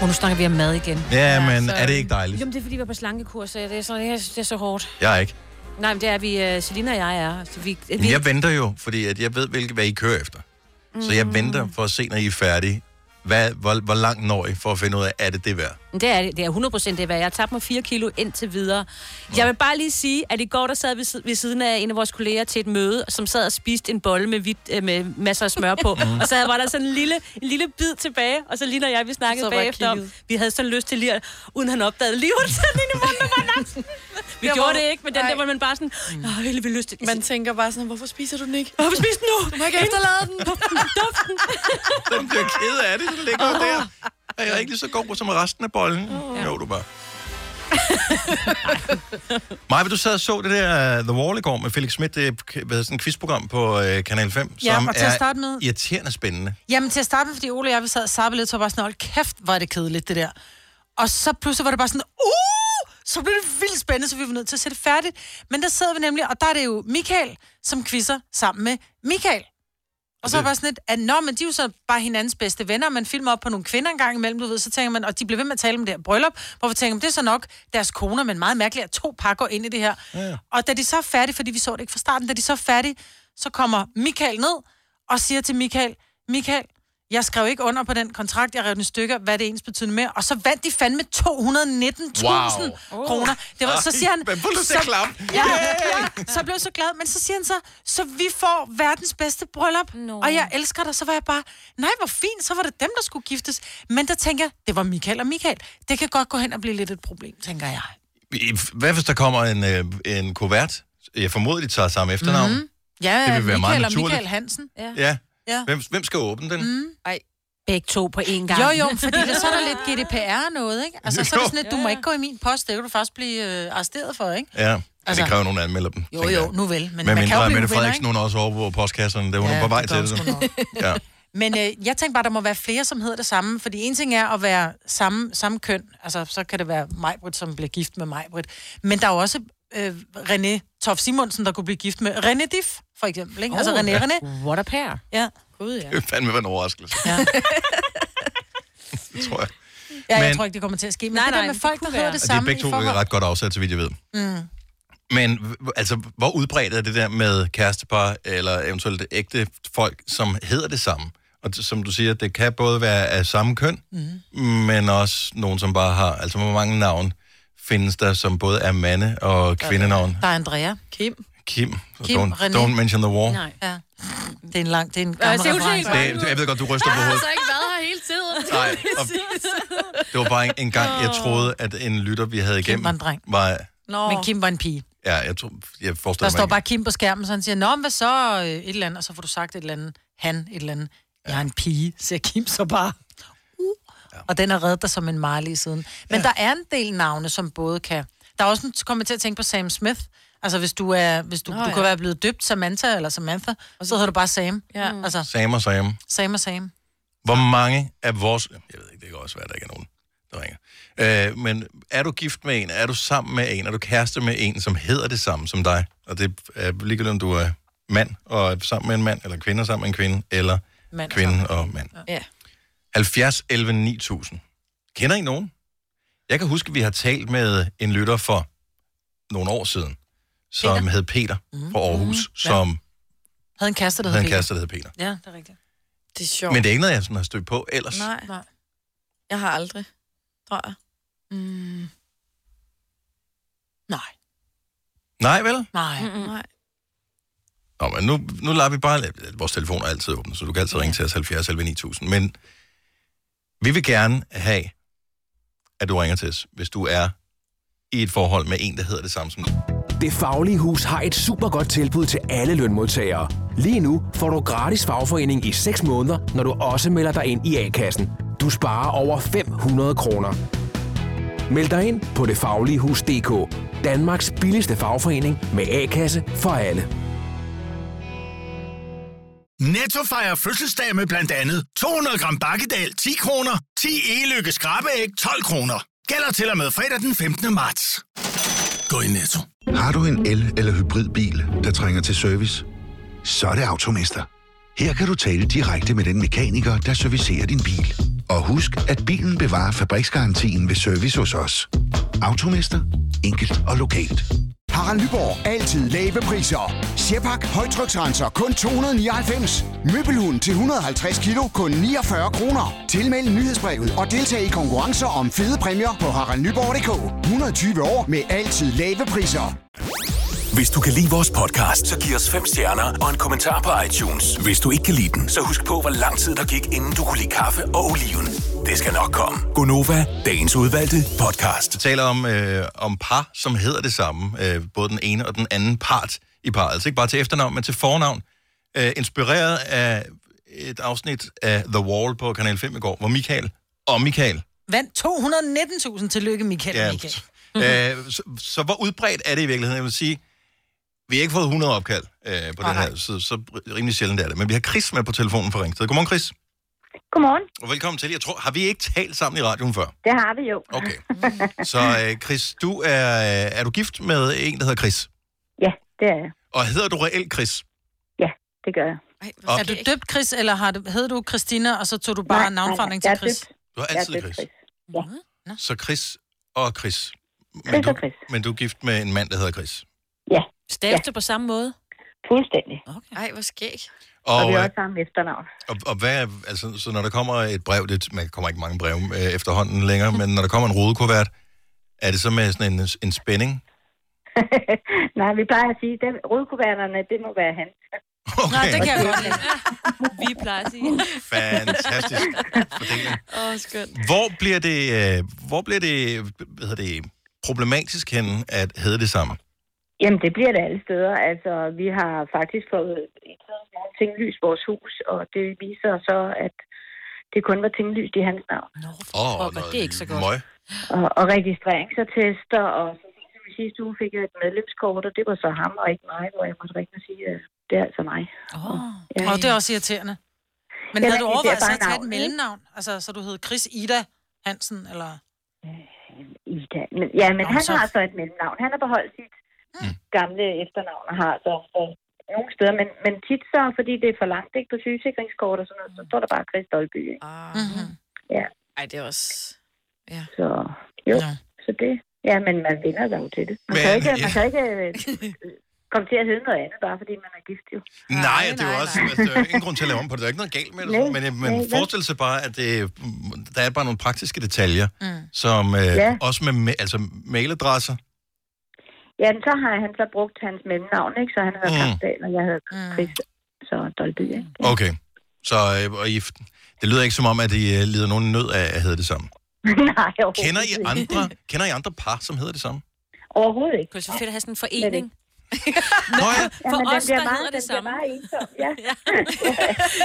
Og nu snakker vi om mad igen. Ja, men er det ikke dejligt? Jamen, det er fordi, vi er på slankekur, så det er, så, det er, det er så hårdt. Jeg er ikke. Nej, men det er vi, uh, Selina og jeg er. Så vi, vi, Men jeg venter jo, fordi at jeg ved, hvilke, hvad I kører efter. Mm. Så jeg venter for at se, når I er færdige. Hvad, hvor, hvor langt når I for at finde ud af, er det det værd? Men Det er, det er 100% det værd. Jeg har tabt mig 4 kilo indtil videre. Jeg vil bare lige sige, at i går der sad vi sid- ved siden af en af vores kolleger til et møde, som sad og spiste en bolle med, hvidt, øh, med masser af smør på. Mm. Og så var der sådan en lille, en lille bid tilbage, og så lige og jeg, vi snakkede Så bare bagefter om, kiggede. vi havde så lyst til lige at, uden han opdagede lige hun sad lige i munden på mig. Vi Jeg gjorde var- det ikke, men den Nej. der, hvor man bare sådan, jeg har helt vildt lyst til Man tænker bare sådan, hvorfor spiser du den ikke? Oh Hvorfor spiser den nu? Du må ikke efterlade den. Den bliver ked af det, den ligger oh. der. Er jeg ikke lige så god som resten af bolden? Oh. Jo, du bare. Maja, du sad og så det der uh, The Wall i går med Felix Schmidt, det er k- hvad hedder sådan et quizprogram på uh, Kanal 5, Ja, som og til at er starte med- irriterende spændende. Jamen til at starte med, fordi Ole og jeg vi sad og sappede lidt, så var jeg bare sådan, hold kæft, var det kedeligt, det der. Og så pludselig var det bare sådan, uh, så blev det vildt spændende, så vi var nødt til at sætte færdigt. Men der sidder vi nemlig, og der er det jo Michael, som quizzer sammen med Michael. Og så er det bare sådan lidt, at nå, men de er jo så bare hinandens bedste venner, man filmer op på nogle kvinder en gang imellem, du ved, så tænker man, og de bliver ved med at tale om det her bryllup, hvor vi tænker, men det er så nok deres koner, men meget mærkeligt, at to par går ind i det her. Ja. Og da de så er færdige, fordi vi så det ikke fra starten, da de så er færdige, så kommer Michael ned og siger til Michael, Michael, jeg skrev ikke under på den kontrakt, jeg rev den i stykker, hvad det ens betyder med. Og så vandt de fandme 219.000 Wow. Oh. kroner. Det var, så Ej, siger han... man får lyst til at klappe. Ja, ja, så blev jeg så glad. Men så siger han så, så vi får verdens bedste bryllup. No. Og jeg elsker dig. Så var jeg bare, nej, hvor fint, så var det dem, der skulle giftes. Men der tænker jeg, det var Michael og Michael. Det kan godt gå hen og blive lidt et problem, tænker jeg. I- Hvad hvis der kommer en, øh, en kuvert? Jeg formoder, de tager samme efternavn. Mm. Ja, Det vil være Michael meget og naturligt. Michael Hansen. Ja. Mhm. Ja. Mhm. Hvem, hvem skal åbne den? Mm. Ej. Begge to på én gang. Jo, jo, fordi der, så er der lidt GDPR noget, ikke? Altså, så er det sådan lidt, du må ikke gå i min post, det kan du faktisk blive øh, arresteret for, ikke? Ja, altså, Altså- det kræver nogen, der anmelder dem. Jo, tænker jo, jeg. nu vel, men Men, man men kan jo mindre blive Mette vinder, Frederiksen, hun også overvåger postkasserne, da hun Ja, er på vej det til gør det. hun så. ja. Men øh, jeg tænkte bare, der må være flere, som hedder det samme. Fordi en ting er at være samme, samme køn. Altså, så kan det være Majbrit, som bliver gift med Majbrit. Men der er jo også øh, René Tof Simonsen, der kunne blive gift med René Diff, for eksempel. Ikke? Oh, altså Oh, René ja. René. What a pair. Ja. Gud, ja. Det vil fandme være en overraskelse. Ja. tror jeg. ja jeg Men- tror ikke, det kommer til at ske. Men Nej, nej, det der nej, med det folk, kunne der hedder være. det Og de er samme begge to i er forhold... ret godt afsat, så vidt jeg ved. Mm. Men h- altså, hvor udbredt er det der med kærestepar, eller eventuelt ægte folk, som hedder det samme? Og t- som du siger, det kan både være af samme køn, mm. men også nogen, som bare har... Altså, hvor mange navn findes der, som både er mande- og kvindenavn? Der er Andrea. Kim. Kim. Kim, don't, René. don't mention the war. Nej. Ja. Det er en lang, det er en Ja, gammel se, hun ser reference. Det, jeg ved godt, du ryster på hovedet. altså ikke været her hele tiden. Nej, og- Det var bare en, en gang, jeg troede, at en lytter, vi havde igennem... var en dreng. Var, Nå. Men Kim var en pige. ja, jeg, tror, jeg Der forestiller mig står bare Kim på skærmen, så han siger, Nå, men hvad så? øh, Et eller andet, og så får du sagt et eller andet. Han, et eller andet. Jeg er en pige, siger Kim så bare. Uh. Og den er reddet dig som en marley i siden. Men ja. der er en del navne, som både kan... Der er også en, kommer jeg til at tænke på Sam Smith. Altså, hvis du, er, hvis du, Nå, Nå, du ja. ja. kan være blevet døbt Samantha eller Samantha, og så hedder du bare Sam. Ja. Altså, Sam og Sam. Sam og Sam. Hvor mange af vores... Jeg ved ikke, det kan også være, at der ikke er nogen, der ringer. Øh, men er du gift med en, er du sammen med en, er du kæreste med en, som hedder det samme som dig? Og det er ligegyldigt, om du er mand og er sammen med en mand, eller kvinde og sammen med en kvinde, eller Mand og kvinde og mand. Ja. 70, 11, 9000. Kender I nogen? Jeg kan huske, at vi har talt med en lytter for nogle år siden, som hed Peter fra Aarhus, mm-hmm. som Havde en kæreste, der havde en Peter. kæreste, der hed Peter. Ja, det er rigtigt. Det er sjovt. Men det er ikke noget, jeg sådan har stødt på ellers. Nej. Nej. Jeg har aldrig, tror jeg. Mm. Nej. Nej, vel? Nej. Mm-mm. Nej. Nå, men nu, nu lader vi bare... Vores telefon er altid åben, så du kan altid ringe til os 70 11 9000. Men vi vil gerne have, at du ringer til os, hvis du er i et forhold med en, der hedder det samme som dig. Det Faglige Hus har et super godt tilbud til alle lønmodtagere. Lige nu får du gratis fagforening i 6 måneder, når du også melder dig ind i A-kassen. Du sparer over 500 kroner. Meld dig ind på detfagligehus.dk. Danmarks billigste fagforening med A-kasse for alle. Netto fejrer fødselsdag med blandt andet 200 gram bakkedal 10 kroner, 10 e-lykke skrabeæg 12 kroner. Gælder til og med fredag den 15. marts. Gå i Netto. Har du en el- eller hybridbil, der trænger til service? Så er det Automester. Her kan du tale direkte med den mekaniker, der servicerer din bil. Og husk, at bilen bevarer fabriksgarantien ved service hos os. Automester. Enkelt og lokalt. Harald Nyborg. Altid lave priser. Sjehpak. Højtryksrenser. Kun 299. Møbelhund til 150 kilo. Kun 49 kroner. Tilmeld nyhedsbrevet og deltag i konkurrencer om fede præmier på haraldnyborg.dk. 120 år med altid lave priser. Hvis du kan lide vores podcast, så giv os fem stjerner og en kommentar på iTunes. Hvis du ikke kan lide den, så husk på, hvor lang tid der gik, inden du kunne lide kaffe og oliven. Det skal nok komme. Gonova, dagens udvalgte podcast. Vi taler om, øh, om par, som hedder det samme. Øh, både den ene og den anden part i parret. Altså ikke bare til efternavn, men til fornavn. Øh, inspireret af et afsnit af The Wall på Kanal 5 i går, hvor Michael og Michael... Vandt 219.000. Tillykke, Michael. Ja, Ja. Michael. øh, så, så hvor udbredt er det i virkeligheden? Jeg vil sige, vi har ikke fået 100 opkald øh, på den her, så, så rimelig sjældent er det. Men vi har Chris med på telefonen fra Ringsted. Godmorgen, Chris. Godmorgen. Og velkommen til. Jeg tror, har vi ikke talt sammen i radioen før? Det har vi jo. Okay. Så øh, Chris, du er, øh, er du gift med en, der hedder Chris? ja, det er jeg. Og hedder du reelt Chris? Ja, det gør jeg. Og- Er du døbt Chris, eller har du, hed du Christina, og så tog du bare navnforandring til jeg er Chris? døbt. Du har altid Chris. Ja. Så Chris og Chris. Men Chris du, og Chris. men du er gift med en mand, der hedder Chris. Ja. Staves det på samme måde? Fuldstændig. Okay. Ej, hvor skæg. Og, og vi øh, har også samme efternavn. Og, og hvad, altså, så når der kommer et brev, det, man kommer ikke mange brev øh, efterhånden længere, men når der kommer en rodekuvert, er det så med sådan en, en spænding? Nej, vi plejer at sige, at rødkuverterne, det må være han. Okay. Nå, det kan jeg godt lide. Vi plejer at sige. Fantastisk. Åh, oh, skønt. Hvor bliver det, øh, hvor bliver det, hvad hedder det problematisk henne at hedde det samme? Jamen, det bliver det alle steder. Altså, vi har faktisk fået i tidens morgen tinglys vores hus, og det viser så, at det kun var tinglyst i hans navn. Åh, oh, det er ikke så godt. Møg. Og, og registreringsattester, og så sent som i sidste uge fik jeg et medlemskort, og det var så ham og ikke mig, hvor jeg måtte rigtig sige, at det er altså mig. Åh, ja. det er også irriterende. Men Ja, havde du det er overvejet bare så at tage et navnet, mellemnavn? Altså, så du hed Chris Ida Hansen, eller... Ida. Men, ja, men Nå, han så- har så et mellemnavn. Han har beholdt sit mm. gamle efternavn og har så, så nogle steder, men, men tit så, fordi det er for langt, ikke på sygesikringskort og sådan noget, så står der bare Chris Dolby. Ikke? Mm-hmm. Ja, Ej, det er også... Ja. så jo, så det. Ja, men man vinder sig jo til det. Man, men, kan, Men, ikke, man ja. kan ikke øh, komme til at hedde noget andet, bare fordi man er gift jo. Nej, nej, det er jo også, altså, der er jo ingen grund til at lave om på det. Der er ikke noget galt med det, Nej, men, øh, nej, men vel? forestil sig bare, at det, der er bare nogle praktiske detaljer, Mm. som øh, Ja. også med ma- altså, mailadresser. Ja, men så har han så brugt hans mellemnavn, ikke? Så han hedder Mm. mm. Kampdal, og jeg hedder Chris, så Dolby, ikke? Okay, så øh, og I, det lyder ikke som om, at I øh, lider nogen nød af at hedde det samme. Nej, overhovedet Kender I ikke. andre, kender I andre par, som hedder det samme? Overhovedet ikke. Det kunne så fedt at have sådan en forening. Nå ja. For Jamen, den os, bliver der meget- hedder det den bliver samme. meget ensom, ja.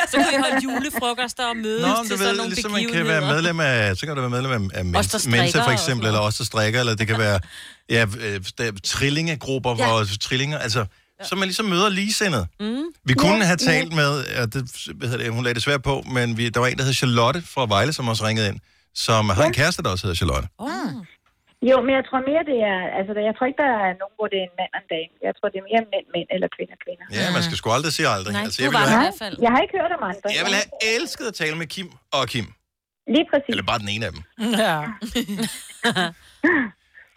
Så kunne vi holde julefrokoster og mødes Nå, men til du sådan ved, nogle ligesom man begivenheder. kan være medlem af, så kan du være medlem af, Os, af der Mensa, strikker Mensa for og eksempel, eller også der strikker, eller det kan være ja, øh, der er trillingegrupper, ja. hvor trillinger, altså, så man ligesom møder ligesindede. Mm. Vi kunne Ja, have ja. talt med, ja, det, hvad hedder det, hun lagde det svært på, men vi, der var en, der hed Charlotte fra Vejle, som også ringede ind, som har en kæreste, der også hedder Charlotte. Mm. Jo, men jeg tror mere, det er... Altså, jeg tror ikke, der er nogen, hvor det er en mand og en dame. Jeg tror, det er mere mænd, mænd eller kvinder, kvinder. Ja, man skal sgu aldrig sige aldrig. altså, jeg, ville jo Nej, have, jeg har ikke hørt om andre. jeg ville have elsket at tale med Kim og Kim. Lige præcis. Eller bare den ene af dem. Ja.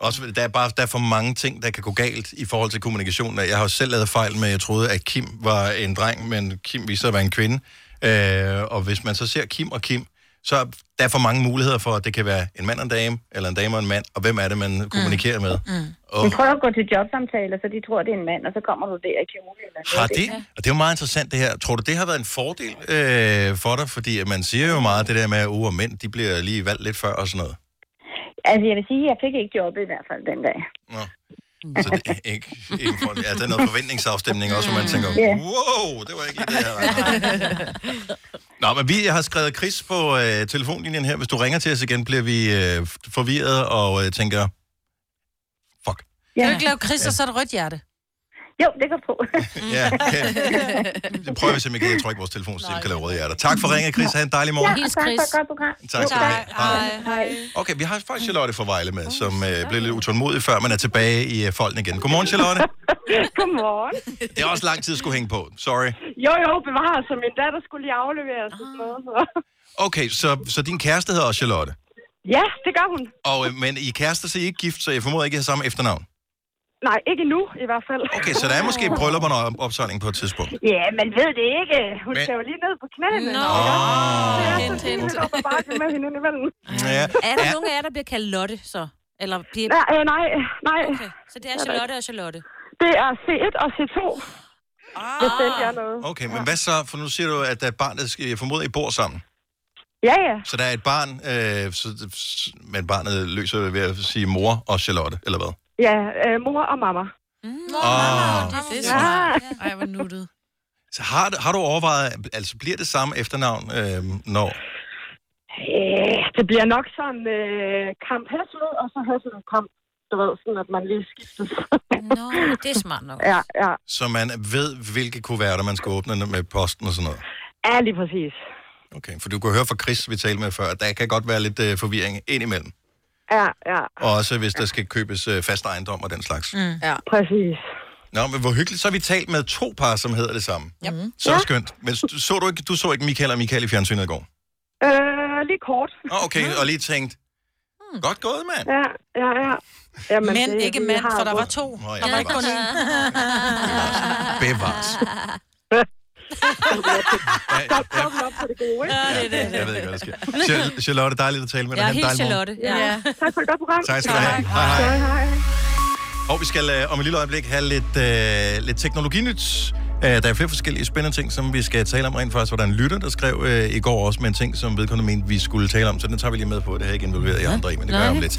Også, fordi der, er bare, der er for mange ting, der kan gå galt i forhold til kommunikation. Jeg har jo selv lavet fejl med, at jeg troede, at Kim var en dreng, men Kim viste sig at være en kvinde. Øh, og hvis man så ser Kim og Kim, så er der er for mange muligheder for, at det kan være en mand og en dame, eller en dame og en mand, og hvem er det, man kommunikerer med. Mm. Åh. Oh. prøver at gå til jobsamtaler, så de tror, det er en mand, og så kommer du der i kjole. Eller noget. Har det, og det er jo meget interessant det her. Tror du, det har været en fordel øh, for dig? Fordi at man siger jo meget det der med, at uger mænd, de bliver lige valgt lidt før og sådan noget. Altså, jeg vil sige, jeg fik ikke jobbet i hvert fald den dag. Nå. Så Altså, det er ikke, ikke for, ja, der er noget forventningsafstemning også, hvor man tænker, Ja. wow, det var ikke lige det, jeg Nå, men vi har skrevet Chris på øh, telefonlinjen her. Hvis du ringer til os igen, bliver vi øh, forvirret og øh, tænker, Kan du ikke lave Chris, Ja. og så et rødt hjerte? Jo, det går på. ja, okay. det prøver vi simpelthen ikke. Jeg tror ikke, vores telefonsystem kan lave røde hjerter. Tak for ringet, Chris. Ha' en dejlig morgen. Ja, og tak for et godt program. Tak skal du have. Hej. Hej. Okay, vi har faktisk Charlotte fra Vejle med, som øh, blev lidt utålmodig, før man er tilbage i øh, folden igen. Godmorgen, Charlotte. Godmorgen. Det er også lang tid at skulle hænge på. Sorry. Jo, jo, bevares, så min datter skulle lige afleveres Ah. og sådan noget. Så. Okay, så, så din kæreste hedder også Charlotte. Ja, det gør hun. Og, øh, men I er kærester, så I er ikke gift, så jeg formoder ikke, I har samme efternavn. Nej, ikke nu i hvert fald. Okay, så der er måske bryllup og en op- opsejling på et tidspunkt. Ja, man ved det ikke. Hun Men- skal jo lige ned på knæene. Nå, Åh. det er så fint, hun løber bare med hende ind imellem. Ja. Mm. Er der nogen af jer, der bliver kaldt Lotte, så? Eller bliver... Nej, øh, nej, nej. Okay, så det er Charlotte og Charlotte. Det er C1 og C2. Ah. Hvis den er noget. Okay, men hvad så? For nu siger du, at der er et barn, der skal, jeg formoder, I bor sammen. Ja, ja. Så der er et barn, øh, så, men barnet løser det ved at sige mor og Charlotte, eller hvad? Ja, øh, mor og mamma. Åh. Det Ja. er ja. Ej, hvor nuttet. Så har, du- har du overvejet, altså bliver det samme efternavn, øh, når... Øh, det bliver nok sådan øh, kamp Hæslet, og så Hæslet kamp. Du ved, sådan at man lige skiftes. Nå, det er smart nok. ja, ja. Så man ved, hvilke kuverter man skal åbne med posten og sådan noget. Ja, lige præcis. Okay, for du kunne høre fra Chris, vi talte med før, at der kan godt være lidt øh, forvirring indimellem. Ja, ja. Og også hvis der skal købes øh, fast ejendom og den slags. Mm. ja. Præcis. Nå, men hvor hyggeligt. Så har vi talt med to par, som hedder det samme. Yep. Så ja. skønt. Men så, så du, ikke, du så ikke Michael og Michael i fjernsynet i går? Øh, lige kort. Nå, okay, og lige tænkt, godt gået, mand. Ja, ja, ja. Jamen, Men ikke vi mand, har for der var jo- to. Nå, ja, Der var ikke kun én. Bevares. Stop, stop op på det gode, ikke? Ja, det er det. Jeg ved ikke, hvad der sker. Char- Charlotte, dejligt at tale med dig. Jeg er Han helt dejlig morgen. Charlotte. Ja. Ja. Tak for et godt program. Tak skal du have. Hej, hej. Hej, hej. Og vi skal øh, om et lille øjeblik have lidt, øh, lidt teknologinyt. Øh, der er flere forskellige spændende ting, som vi skal tale om. Rent faktisk var der en lytter, der skrev øh, i går også med en ting, som vedkommende mente, vi skulle tale om. Så den tager vi lige med på. Det har jeg ikke involveret i andre i, men det gør jeg om lidt.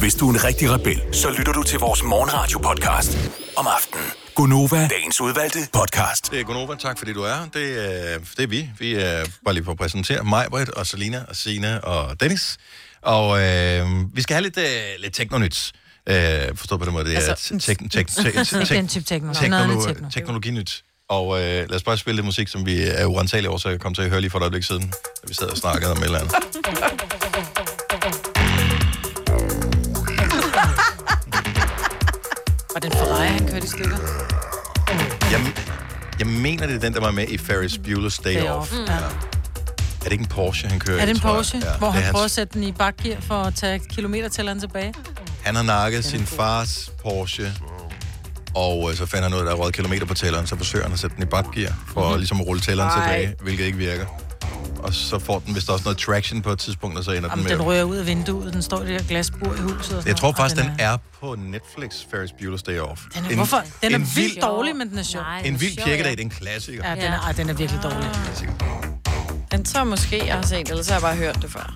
Hvis du er en rigtig rebel, så lytter du til vores morgenradio-podcast om aftenen. Gunova, dagens udvalgte podcast. Det er Gunova. Tak fordi du er. her. Det, øh, det er vi. Vi er bare lige for at præsentere mig, Britt, og Selina, og Sina og Dennis. Og øh, vi skal have lidt, øh, lidt teknonyt. Øh, forstået på den måde, det er Altså, te- tek- tek- tek- tek- Ikke den type tekno. Noget andet teknolo- tekno. teknologinyt. Og øh, lad os bare spille lidt musik, som vi er uantagelige over, så jeg kom til at høre lige for et øjeblik siden, da vi sad og snakkede om et eller andet. Og den Ferrari, han kørte i stykker. Jeg, jeg mener, det er den, der var med i Ferris Bueller's Day, Day Off. Off, Ja. ja. Er det ikke en Porsche, han kører Er det i, en tror jeg? Porsche, Ja, hvor det er han prøver at hans, sætte den i bakgear for at tage kilometertælleren tilbage? han har nakket sin fars Porsche, og øh, så fandt han ud af, at der er røget kilometer på tælleren, så forsøger han at sætte den i bakgear, for mm-hmm. ligesom at rulle tælleren Mhm. Ej. tilbage, hvilket ikke virker. Og så får den vist også noget traction på et tidspunkt, og så ender Jamen, den den med... rører ud af vinduet, den står i det der glasbur i huset. Og sådan jeg tror noget. Og faktisk, den er på Netflix, Ferris Bueller's Day Off. Den er, hvorfor? Den er vildt vild dårlig, men den er sjov. En vild kirkedag, det er en klassiker. Ja, den er, ej, den er virkelig dårlig. Den tror jeg måske, jeg har set, eller så har jeg bare hørt det før.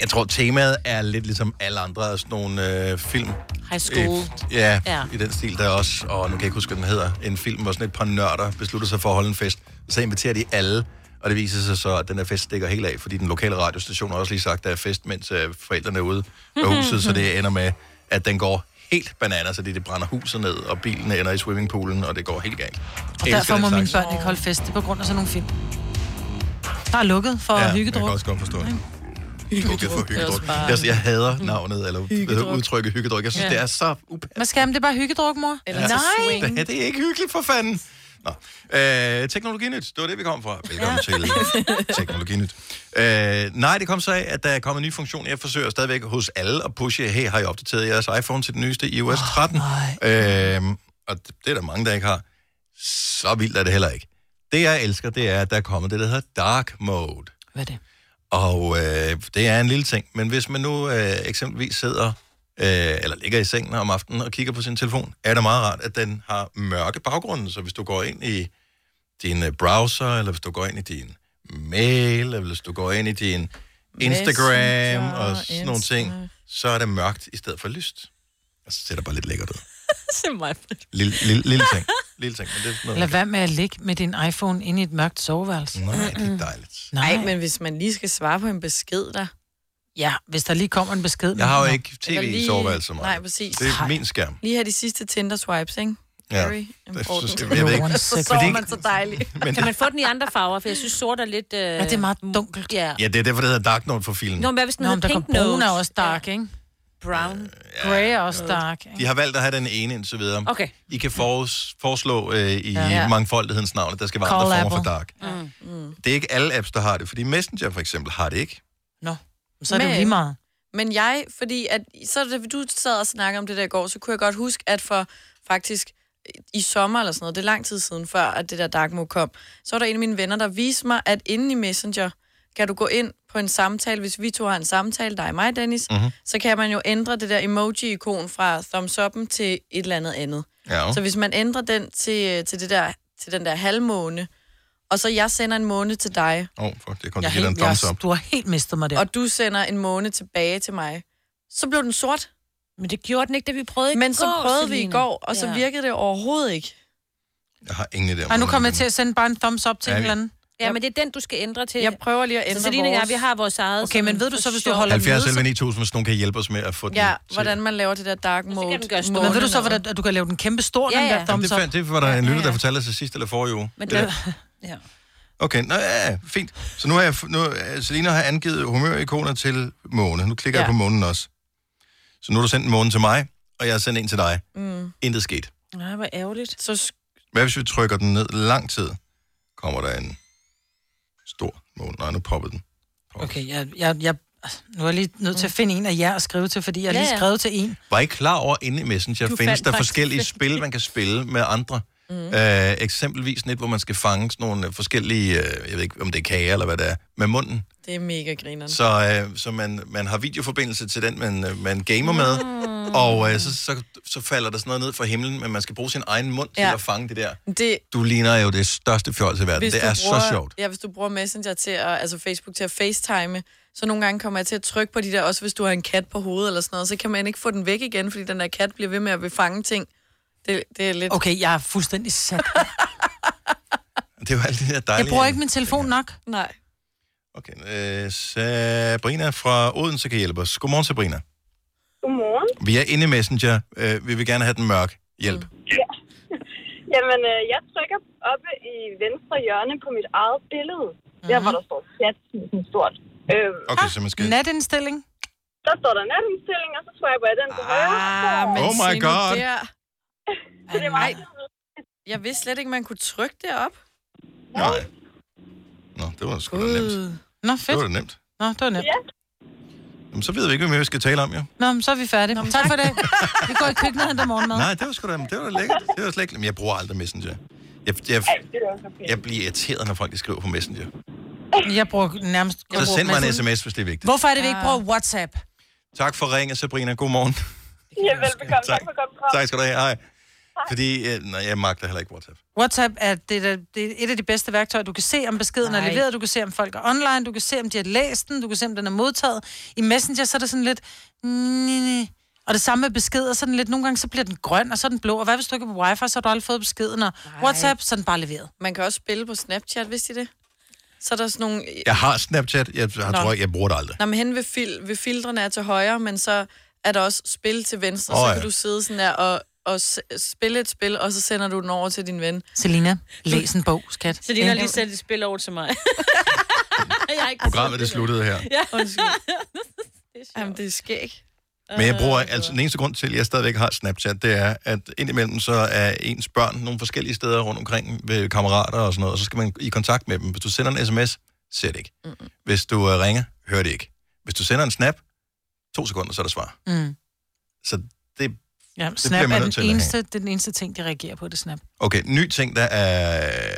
Jeg tror, temaet er lidt ligesom alle andre af sådan nogle øh, film. High school. Øh, ja, ja, Ja. i den stil der også. Og nu kan jeg ikke huske, hvad den hedder. En film, hvor sådan et par nørder beslutter sig for at holde en fest. Og så inviterer de alle. Og det viser sig så, at den her fest stikker helt af, fordi den lokale radiostation har også lige sagt, at der er fest, mens øh, forældrene er ude af Mhm, huset. så det ender med, at den går helt bananer, så det, det brænder huset ned, og bilen ender i swimmingpoolen, og det går helt galt. Og derfor må mine børn ikke holde fest. Det er på grund af sådan nogle film. Der er lukket for ja, ja, Jeg kan hyggedruk. også godt forstå det. Lukket for Det er også hyggedruk. bare- Jeg, jeg hader navnet, eller hyggedruk. udtrykket hyggedruk. Jeg synes, ja. Ja. det er så up- Hvad skal jeg, men det er bare hyggedruk, mor? Ja. Ja, det er ikke hyggeligt for fanden. Nå. Øh, teknologinyt, det var det, vi kom fra. Velkommen ja. til Teknologinyt. Øh, nej, det kom så af, at der er kommet en ny funktion. Jeg forsøger stadigvæk hos alle at pushe, hey, har I opdateret jeres iPhone til den nyeste iOS 13? Oh, øh, og det det er der mange, der ikke har. Så vildt er det heller ikke. Det, jeg elsker, det er, at der er kommet det, der hedder Dark Mode. Hvad er det? Og øh, det er en lille ting. Men hvis man nu øh, eksempelvis sidder øh, eller ligger i sengen om aftenen og kigger på sin telefon, er det meget rart, at den har mørke baggrunden. Så hvis du går ind i din øh, browser, eller hvis du går ind i din mail, eller hvis du går ind i din Instagram Messenger, og sådan nogle ting, så er det mørkt i stedet for lyst. Og så ser det bare lidt lækkert ud. Se mig. Lille, lille, lille ting. Lille ting, men det er sådan noget. Lad være med at ligge med din iPhone inde i et mørkt soveværelse. Nej, det er dejligt. Nej, men hvis man lige skal svare på en besked, der... Ja, hvis der lige kommer en besked. Jeg har jo ikke Eller tv i soveværelset, Maja. Nej, præcis. Det er min skærm. Lige her de sidste Tinder-swipes, ikke? Ja. Very Det important. synes jeg- jeg ved ikke. Så Fordi- sover man så dejligt. Men Kan man få den i andre farver? For jeg synes, sort er lidt... Øh... Ja, det er meget dunkelt. Ja. Ja, det er derfor, det hedder Dark Note for filen. Nå, men hvad hvis den Nå, hedder men der Pink kom brun er Nose? også dark, ja. ikke? Brown, grey og også dark. De har valgt at have den ene indtil videre. Okay. I kan forårs, foreslå øh, i ja. Ja. mangfoldighedens navn, at der skal være Call andre former for Apple. dark. Mm. Det er ikke alle apps, der har det, fordi Messenger for eksempel har det ikke. Så er det jo lige meget. Men jeg, fordi at, så da du sad og snakkede om det der i går, så kunne jeg godt huske, at for faktisk i sommer eller sådan noget, det er lang tid siden før, at det der dark mode kom, så var der en af mine venner, der viste mig, at inde i Messenger, kan du gå ind på en samtale, hvis vi to har en samtale, dig og mig, Dennis, Mhm. mm-hmm. så kan man jo ændre det der emoji-ikon fra thumbs up'en til et eller andet andet. Ja. Så hvis man ændrer den til, til, det der, til den der halvmåne, og så jeg sender en måne til dig, Åh, oh, fuck, det kom Jeg til er at give dig en helt- jeg er thumbs up. Du har helt mistet mig der. og du sender en måne tilbage til mig, så blev den sort. Men det gjorde den ikke, da vi prøvede i Men så går, prøvede vi i Selina. går, og så Ja. virkede det overhovedet ikke. Jeg har ingen idé om, Ej, nu hvordan kommer det jeg til at sende bare en thumbs up til Ja, ja, en vi- eller anden. Ja, men det er den, du skal ændre til. Jeg prøver lige at ændre så Selina og jeg, vores. vi har vores eget. Okay, men ved du så, hvis du er. holder 70 nede, 11 9000, hvis nogen kan hjælpe os med at få den Ja, til. hvordan man laver det der dark mode. den gøre stor. Men ved du så, månenad. hvordan, at du kan lave den kæmpe stor, Ja, den ja. der Jamen, det, thumbs up? fandt, det var der en lytter, der fortalte os til sidst eller forrige uge. Men Det det, der. ja. Okay, nå ja, ja, fint. Så nu har jeg, f- nu, øh, Selina har angivet humørikoner til måne. Nu klikker ja. jeg Ja. på månen også. Så nu har du sendt en måne til mig, og jeg har sendt en til dig. Mm. Intet sket. Nej, hvor ærgerligt. Så sk- Hvad hvis vi trykker den ned lang tid? Kommer der en stor måne? Nej, nu popper den. Okay, jeg, jeg, jeg, nu er jeg lige nødt til at finde en af jer at skrive til, fordi jeg har Ja, lige ja. skrevet til en. Var I klar over, inde i Messenger Du du findes fandt der faktisk forskellige spil, man kan spille med andre? Mm. Øh, eksempelvis net, hvor man skal fange sådan nogle øh, forskellige, øh, jeg ved ikke, om det er kager eller hvad det er, med munden. det er mega grineren. Så, øh, så man, man har videoforbindelse til den, man, øh, man gamer Mm. med, og øh, så, så, så falder der sådan noget ned fra himlen, men man skal bruge sin egen mund ja. Ja. til at fange det der. Det, Du ligner jo det største fjols i verden. hvis Det du er bruger, så sjovt. Ja, hvis du bruger Messenger til at, altså Facebook til at facetime, så nogle gange kommer jeg til at trykke på de der, også hvis du har en kat på hovedet eller sådan noget, så kan man ikke få den væk igen, fordi den der kat bliver ved med at vil fange ting. Det, det er lidt... Okay, jeg er fuldstændig sat. Det er jo alt det der dejlige. Jeg bruger ikke min telefon nok. Nej. Okay, øh, Sabrina fra Odense kan hjælpe os. Godmorgen, Sabrina. Godmorgen. Vi er inde i Messenger. Øh, vi vil gerne have den mørk hjælp. Ja. Jamen, øh, jeg trykker oppe i venstre hjørne på mit eget billede. Mm-hmm. Mhm. Der, hvor der står chat sådan stort. Øh, Okay, så man Mm. skal... Natindstilling. Der står der natindstilling, og så swiper jeg den til højre. Ah, men Oh my se nu God. Der. Så det er meget... Jeg vidste slet ikke, man kunne trykke det op. Nej. Nå, det var sgu da nemt. Nå, Det fedt. var da nemt. Nå, det var nemt. Jamen, så ved vi ikke, hvad mere vi skal tale om, jo. Nå, men så er vi færdige. Nå, tak for det. Vi går i køkkenet og henter morgenmad. Nej, det var sgu da, det var da lækkert. Det var slet ikke... Men jeg bruger aldrig Messenger. Jeg, jeg, Ej, det er også okay. jeg bliver irriteret, når folk de skriver på Messenger. Jeg bruger nærmest... jeg Så bruger send mig en Messenger. sms, hvis det er vigtigt. Hvorfor er det, vi ikke bruger WhatsApp? Tak for ringen, Sabrina. God morgen. Ja, velbekomme. Tak, for godt program. Tak skal du have. Hej. Fordi, øh, nej, jeg magter heller ikke WhatsApp. WhatsApp er, det, der, det er et af de bedste værktøjer. Du kan se, om beskeden er Nej. leveret, du kan se, om folk er online, du kan se, om de har læst den, du kan se, om den er modtaget. I Messenger, så er det sådan lidt... "Nini". Og det samme med beskeder, så er den lidt... Nogle gange, så bliver den grøn, og så er den blå. Og hvad hvis du ikke er på wifi, så har du aldrig fået beskeden. Og WhatsApp, så er den bare leveret. Man kan også spille på Snapchat, vidste I det? Så er der sådan nogle... Jeg har Snapchat. Jeg, Nå. jeg tror ikke, jeg bruger det aldrig. Nå, men hen ved, fil, ved filtrene er til højre, men så er der også spil til venstre, oh, Åh, så ja. kan du sidde sådan der og, og s- spille et spil, og så sender du den over til din ven. Selina, læs en bog, skat. Så Selina har lige sendt et spil over til mig. jeg er ikke Programmet det sluttede her. Ja. Jamen, det er skæg. Men jeg bruger, altså den eneste grund til, at jeg stadigvæk har Snapchat, det er, at indimellem så er ens børn nogle forskellige steder rundt omkring ved kammerater og sådan noget, og så skal man i kontakt med dem. Hvis du sender en sms, ser det ikke. Hvis du øh, ringer, hører det ikke. Hvis du sender en snap, to sekunder, så er der svar. Mm. Så det, Ja, det snap bliver er man nødt til den at have. eneste, det er den eneste ting, de reagerer på, det er snap. Okay, ny ting, der er... øh,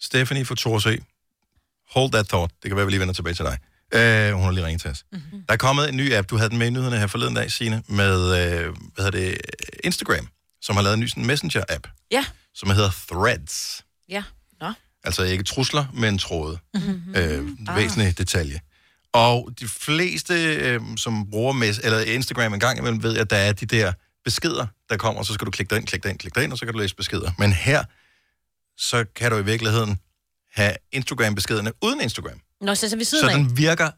Stephanie fra Torsø. Hold that thought. Det kan være, vi lige vender tilbage til dig. Øh, hun har lige ringet til os. Mm-hmm. Der er kommet en ny app. Du havde den med i nyhederne her forleden dag, Signe, med øh, hvad hedder det, Instagram, som har lavet en ny sådan messenger-app, Ja. som hedder Threads. Ja. Nå. Altså ikke trusler, men tråde. Mhm. Mm. Ah. Øh, væsentlig detalje. Og de fleste, øh, som bruger mes- eller Instagram en gang imellem, ved, at der er de der beskeder, der kommer, og så skal du klikke dig ind, klikke dig ind, klikke dig ind, og så kan du læse beskeder. Men her, så kan du i virkeligheden have Instagram-beskederne uden Instagram. Nå, så, så vi sidder Så den virker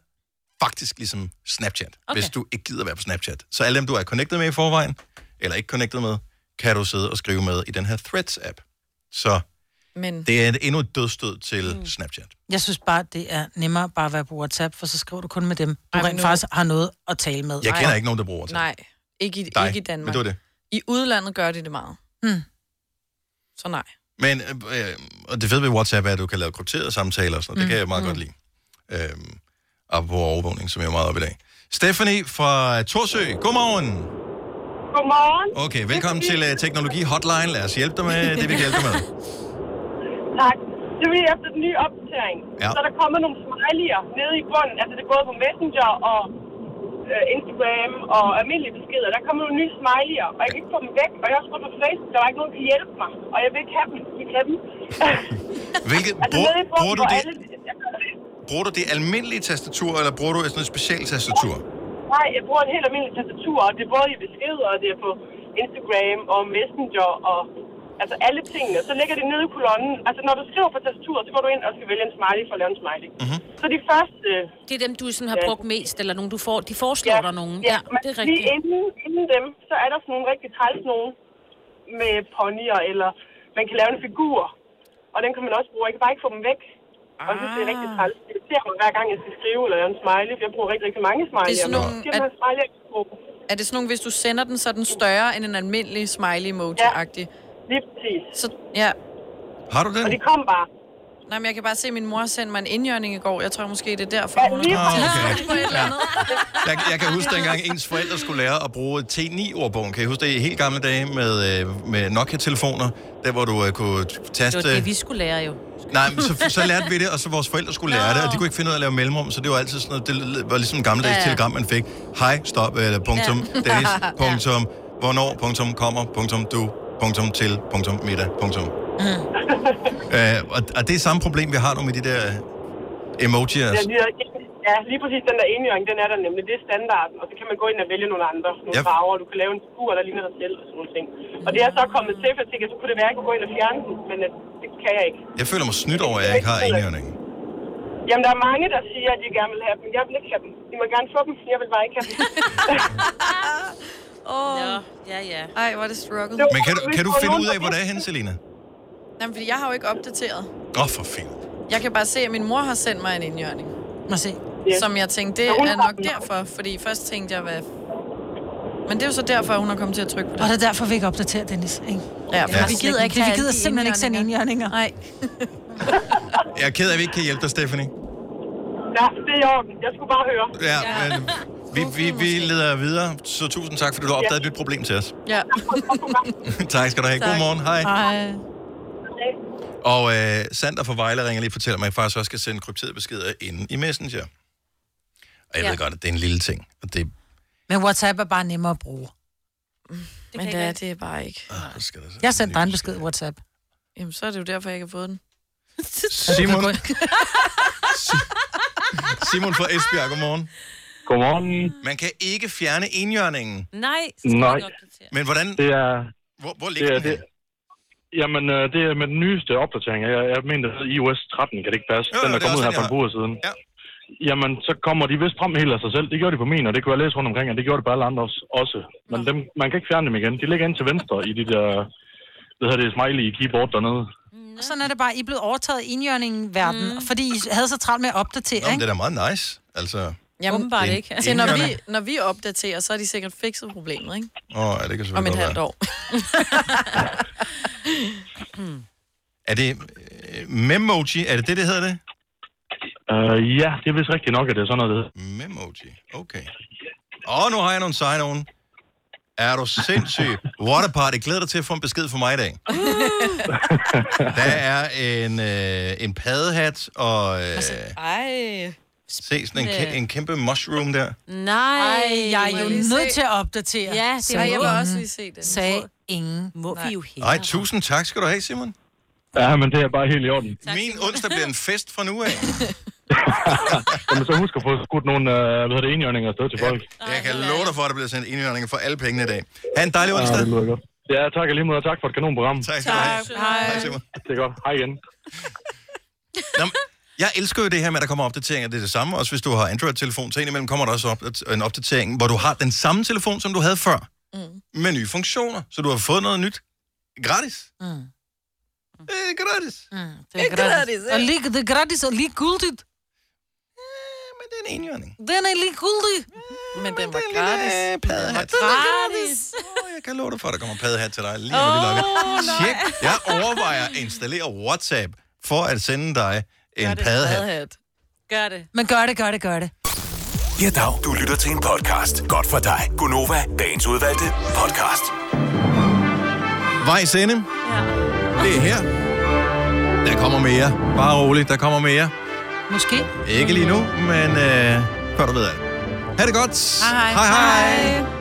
faktisk ligesom Snapchat, okay. Okay. hvis du ikke gider være på Snapchat. Så alle dem, du er connected med i forvejen, eller ikke connected med, kan du sidde og skrive med i den her Threads-app. Så Men Det er et- endnu et dødstød til mm. Snapchat. Jeg synes bare, det er nemmere bare at være på WhatsApp, for så skriver du kun med dem, du Ej, men rent nu- faktisk har noget at tale med. Jeg kender ikke nogen, der bruger WhatsApp. Nej, ikke i, Dig, ikke i Danmark. men det var det. I udlandet gør de det meget. Hm. Hmm. Så nej. Men øh, øh, og det fede ved WhatsApp er, at du kan lave krypterede samtaler og sådan noget. Mm. Det kan jeg meget mm. godt lide. Øhm, og på overvågning, som jeg er meget op i dag. Stephanie fra Torsø, godmorgen. Godmorgen. Okay, velkommen til uh, Teknologi Hotline. Lad os hjælpe dig med det, vi kan hjælpe dig med. Tak. Det vil efter den nye opdatering. Ja. Så er der kommer nogle smiley'er nede i bunden. Altså det er både på Messenger og øh, Instagram og almindelige beskeder. Der kommer nogle nye smiley'er, og jeg kan ikke få dem væk. Og jeg har også gået på Facebook, der var ikke nogen, der kunne hjælpe mig. Og jeg vil ikke have dem. De kan dem. Hvilket, altså bruger, nede i bunden, bruger, du hvor det, alle... bruger du det almindelige tastatur, eller bruger du sådan et specielt tastatur? Nej, jeg bruger et helt almindeligt tastatur, og det er både i beskeder, og det er på Instagram og Messenger og altså alle tingene. Så ligger det nede i kolonnen. Altså når du skriver på tastaturet, så går du ind og skal vælge en smiley for at lave en smiley. øh, Mm-hmm. Mhm. Så de første... Det er dem, du sådan har brugt mest, eller nogen, du får, de foreslår ja, dig nogen. Ja, men det er lige rigtigt. inden, inden dem, så er der sådan nogle rigtig træls nogen med ponyer, eller man kan lave en figur, og den kan man også bruge. Jeg kan bare ikke få dem væk. Og jeg synes, det er rigtig træls. Det irriterer mig hver gang, jeg skal skrive eller lave en smiley, for jeg bruger rigtig, rigtig mange smiley. Det er sådan nogle- at... smiley, jeg kan bruge. Er det sådan nogle, hvis du sender den, så er den større end en almindelig smiley-emoji-agtig? Ja, lige præcis. Så, ja. Har du den? Og de kom bare. Nej, men jeg kan bare se, at min mor sendte mig en indjørning i går. Jeg tror måske, det er derfor, hun lige har præcis. tændt på et eller andet. Jeg, jeg kan huske dengang, ens forældre skulle lære at bruge T9-ordbogen. Kan I huske det i helt gamle dage med, øh, med Nokia-telefoner? Der, hvor du øh, kunne Det taste... var det, vi skulle lære jo. Nej, men så, så lærte vi det, og så vores forældre skulle lære det, og de kunne ikke finde ud af at lave mellemrum, så det var altid sådan noget, det var ligesom en gammeldags Ja, ja, ja. telegram, man fik. Hej, stop, eller punktum, Ja. ja. Dennis, punktum, hvornår, punktum, kommer, punktum, du, punktum, til, punktum, middag, punktum. Mm. Øh, og, og det er samme problem, vi har nu med de der emojier. Ja, lige, ja, lige præcis den der enhjørning, den er der nemlig. Det er standarden, og så kan man gå ind og vælge nogle andre. Nogle Ja. ja. farver, du kan lave en figur, der ligner dig selv og sådan nogle ting. Og det er så kommet til, for jeg tænker, så kunne det være, at jeg kunne gå ind og fjerne den, men øh, det kan jeg ikke. Jeg føler mig snydt over, at jeg ikke har enhjørning. Jamen, der er mange, der siger, at de gerne vil have dem. Jeg vil ikke have dem. De må gerne få dem, jeg vil bare ikke have dem. Åh, oh. ja, ja. Ej, hvor er det struggle. Men kan du, kan du finde ud af, hvor det er henne, Selina? Jamen, fordi jeg har jo ikke opdateret. Åh, oh, for fint. Jeg kan bare se, at min mor har sendt mig en indjørning. Må se. Som jeg tænkte, det Så hun er har nok derfor. Fordi først tænkte jeg, hvad... Men det er jo så derfor, at hun har kommet til at trykke på det. Og det er derfor, vi ikke opdaterer, Dennis. Ikke? Ja, for vi gider, ikke, vi gider simpelthen ikke sende indjørninger. Nej. Jeg er ked af, at vi ikke kan hjælpe dig, Stephanie. ja, det er i orden. Jeg skulle bare høre. Ja, men vi, vi, vi leder videre, så tusind tak, fordi du har opdaget et nyt problem til os. Ja. tak skal du have. God morgen. Hej. Hej. Og øh, Sander fra Vejle ringer lige og fortæller mig, at jeg faktisk også skal sende krypterede beskeder inde i Messenger. Og jeg ja. ved godt, at det er en lille ting. Og det, Men WhatsApp er bare nemmere at bruge. Det Mm. Men det er det bare ikke. øh, skal der så- Jeg sendte dig en besked i WhatsApp. Jamen, så er det jo derfor, jeg ikke har fået den. Simon. Simon fra Esbjerg, godmorgen. Godmorgen. Man kan ikke fjerne enhjørningen. Nej. Nej. Men hvordan... Det er... Hvor, hvor ligger det er, det, Jamen, øh, det er med den nyeste opdatering. Jeg, jeg mener, det hedder iOS 13, kan det ikke passe? Jo, den er kommet ud her for en par uger siden. Ja. Jamen, så kommer de vist frem helt af sig selv. Det gjorde de på min, og det kunne jeg læse rundt omkring, og det gjorde det på alle andre også- også. Men dem, man kan ikke fjerne dem igen. De ligger ind til venstre i de der... Det hedder det smiley keyboard dernede. Og sådan er det bare, I er blevet overtaget i indjørningen verden, mm. fordi I havde så travlt med at opdatere, Nå, men ikke? det er da meget nice. Altså... Jamen, Åbenbart Det er ikke. en Se, når vi, indjørning. når vi opdaterer, så er de sikkert fikset problemet, ikke? Åh, oh, ja, det kan selvfølgelig Om et godt halvt være. år. Er det øh, Memoji? Er det det, det hedder det? Øh, ja, det er vist rigtigt nok, at det er sådan noget, det hedder. Memoji. Okay. Og nu har jeg nogle sign -on. Er du sindssyg? What a party. Glæder dig til at få en besked fra mig i dag. Der er en, øh, en paddehat, og øh, Ej. se sådan en, kæ- en kæmpe mushroom der. Nej. Ej, jeg er Øh, må jo jeg lige nødt se? til at opdatere. Mhm. Ja, det Så var jeg vil ingen også lige se den. Sagde ingen. Må vi jo Ej, tusind tak skal du have, Simon. Ja, men det er bare helt i orden. Min onsdag bliver en fest fra nu af. Jamen, så husk at få skudt nogle, øh, hvad hedder det, enhjørninger afsted til folk. Jeg kan love dig for, at der bliver sendt indhjørninger for alle pengene i dag. Ha' en dejlig Ja, onsdag. det lyder godt. Ja, tak og lige måde, og tak for et kanonprogram. Tak skal du have. Hej. Hej, Simon. Det er godt. Hej igen. Nå, men jeg elsker jo det her med, at der kommer opdateringer. Det er det samme, også hvis du har Android-telefon. Så indimellem kommer der også op, en opdatering, hvor du har den samme telefon, som du havde Mm. Øh, før, mm. med nye funktioner. Så du har fået noget nyt gratis. Mm. Det er gratis. Mm, det er gratis. Og lige, det er gratis og ligegyldigt. Det er en enhjørning. Den er ligegyldig. Men den var gratis. Den var gratis. øh, Jeg kan love dig for, at der kommer paddehat til dig lige om oh, lidt. Tjek. Jeg overvejer at installere WhatsApp for at sende dig en paddehat. Gør det. Men gør det, gør det, gør det. Ja, dag. Du lytter til en podcast. Godt for dig. Gunova, dagens udvalgte podcast. Vej sende. Ja. Det er her. Der kommer mere. Bare roligt, der kommer mere. Måske. Ikke lige nu, men øh, før du ved af. Ha' det godt. Hej, hej. hej. hej.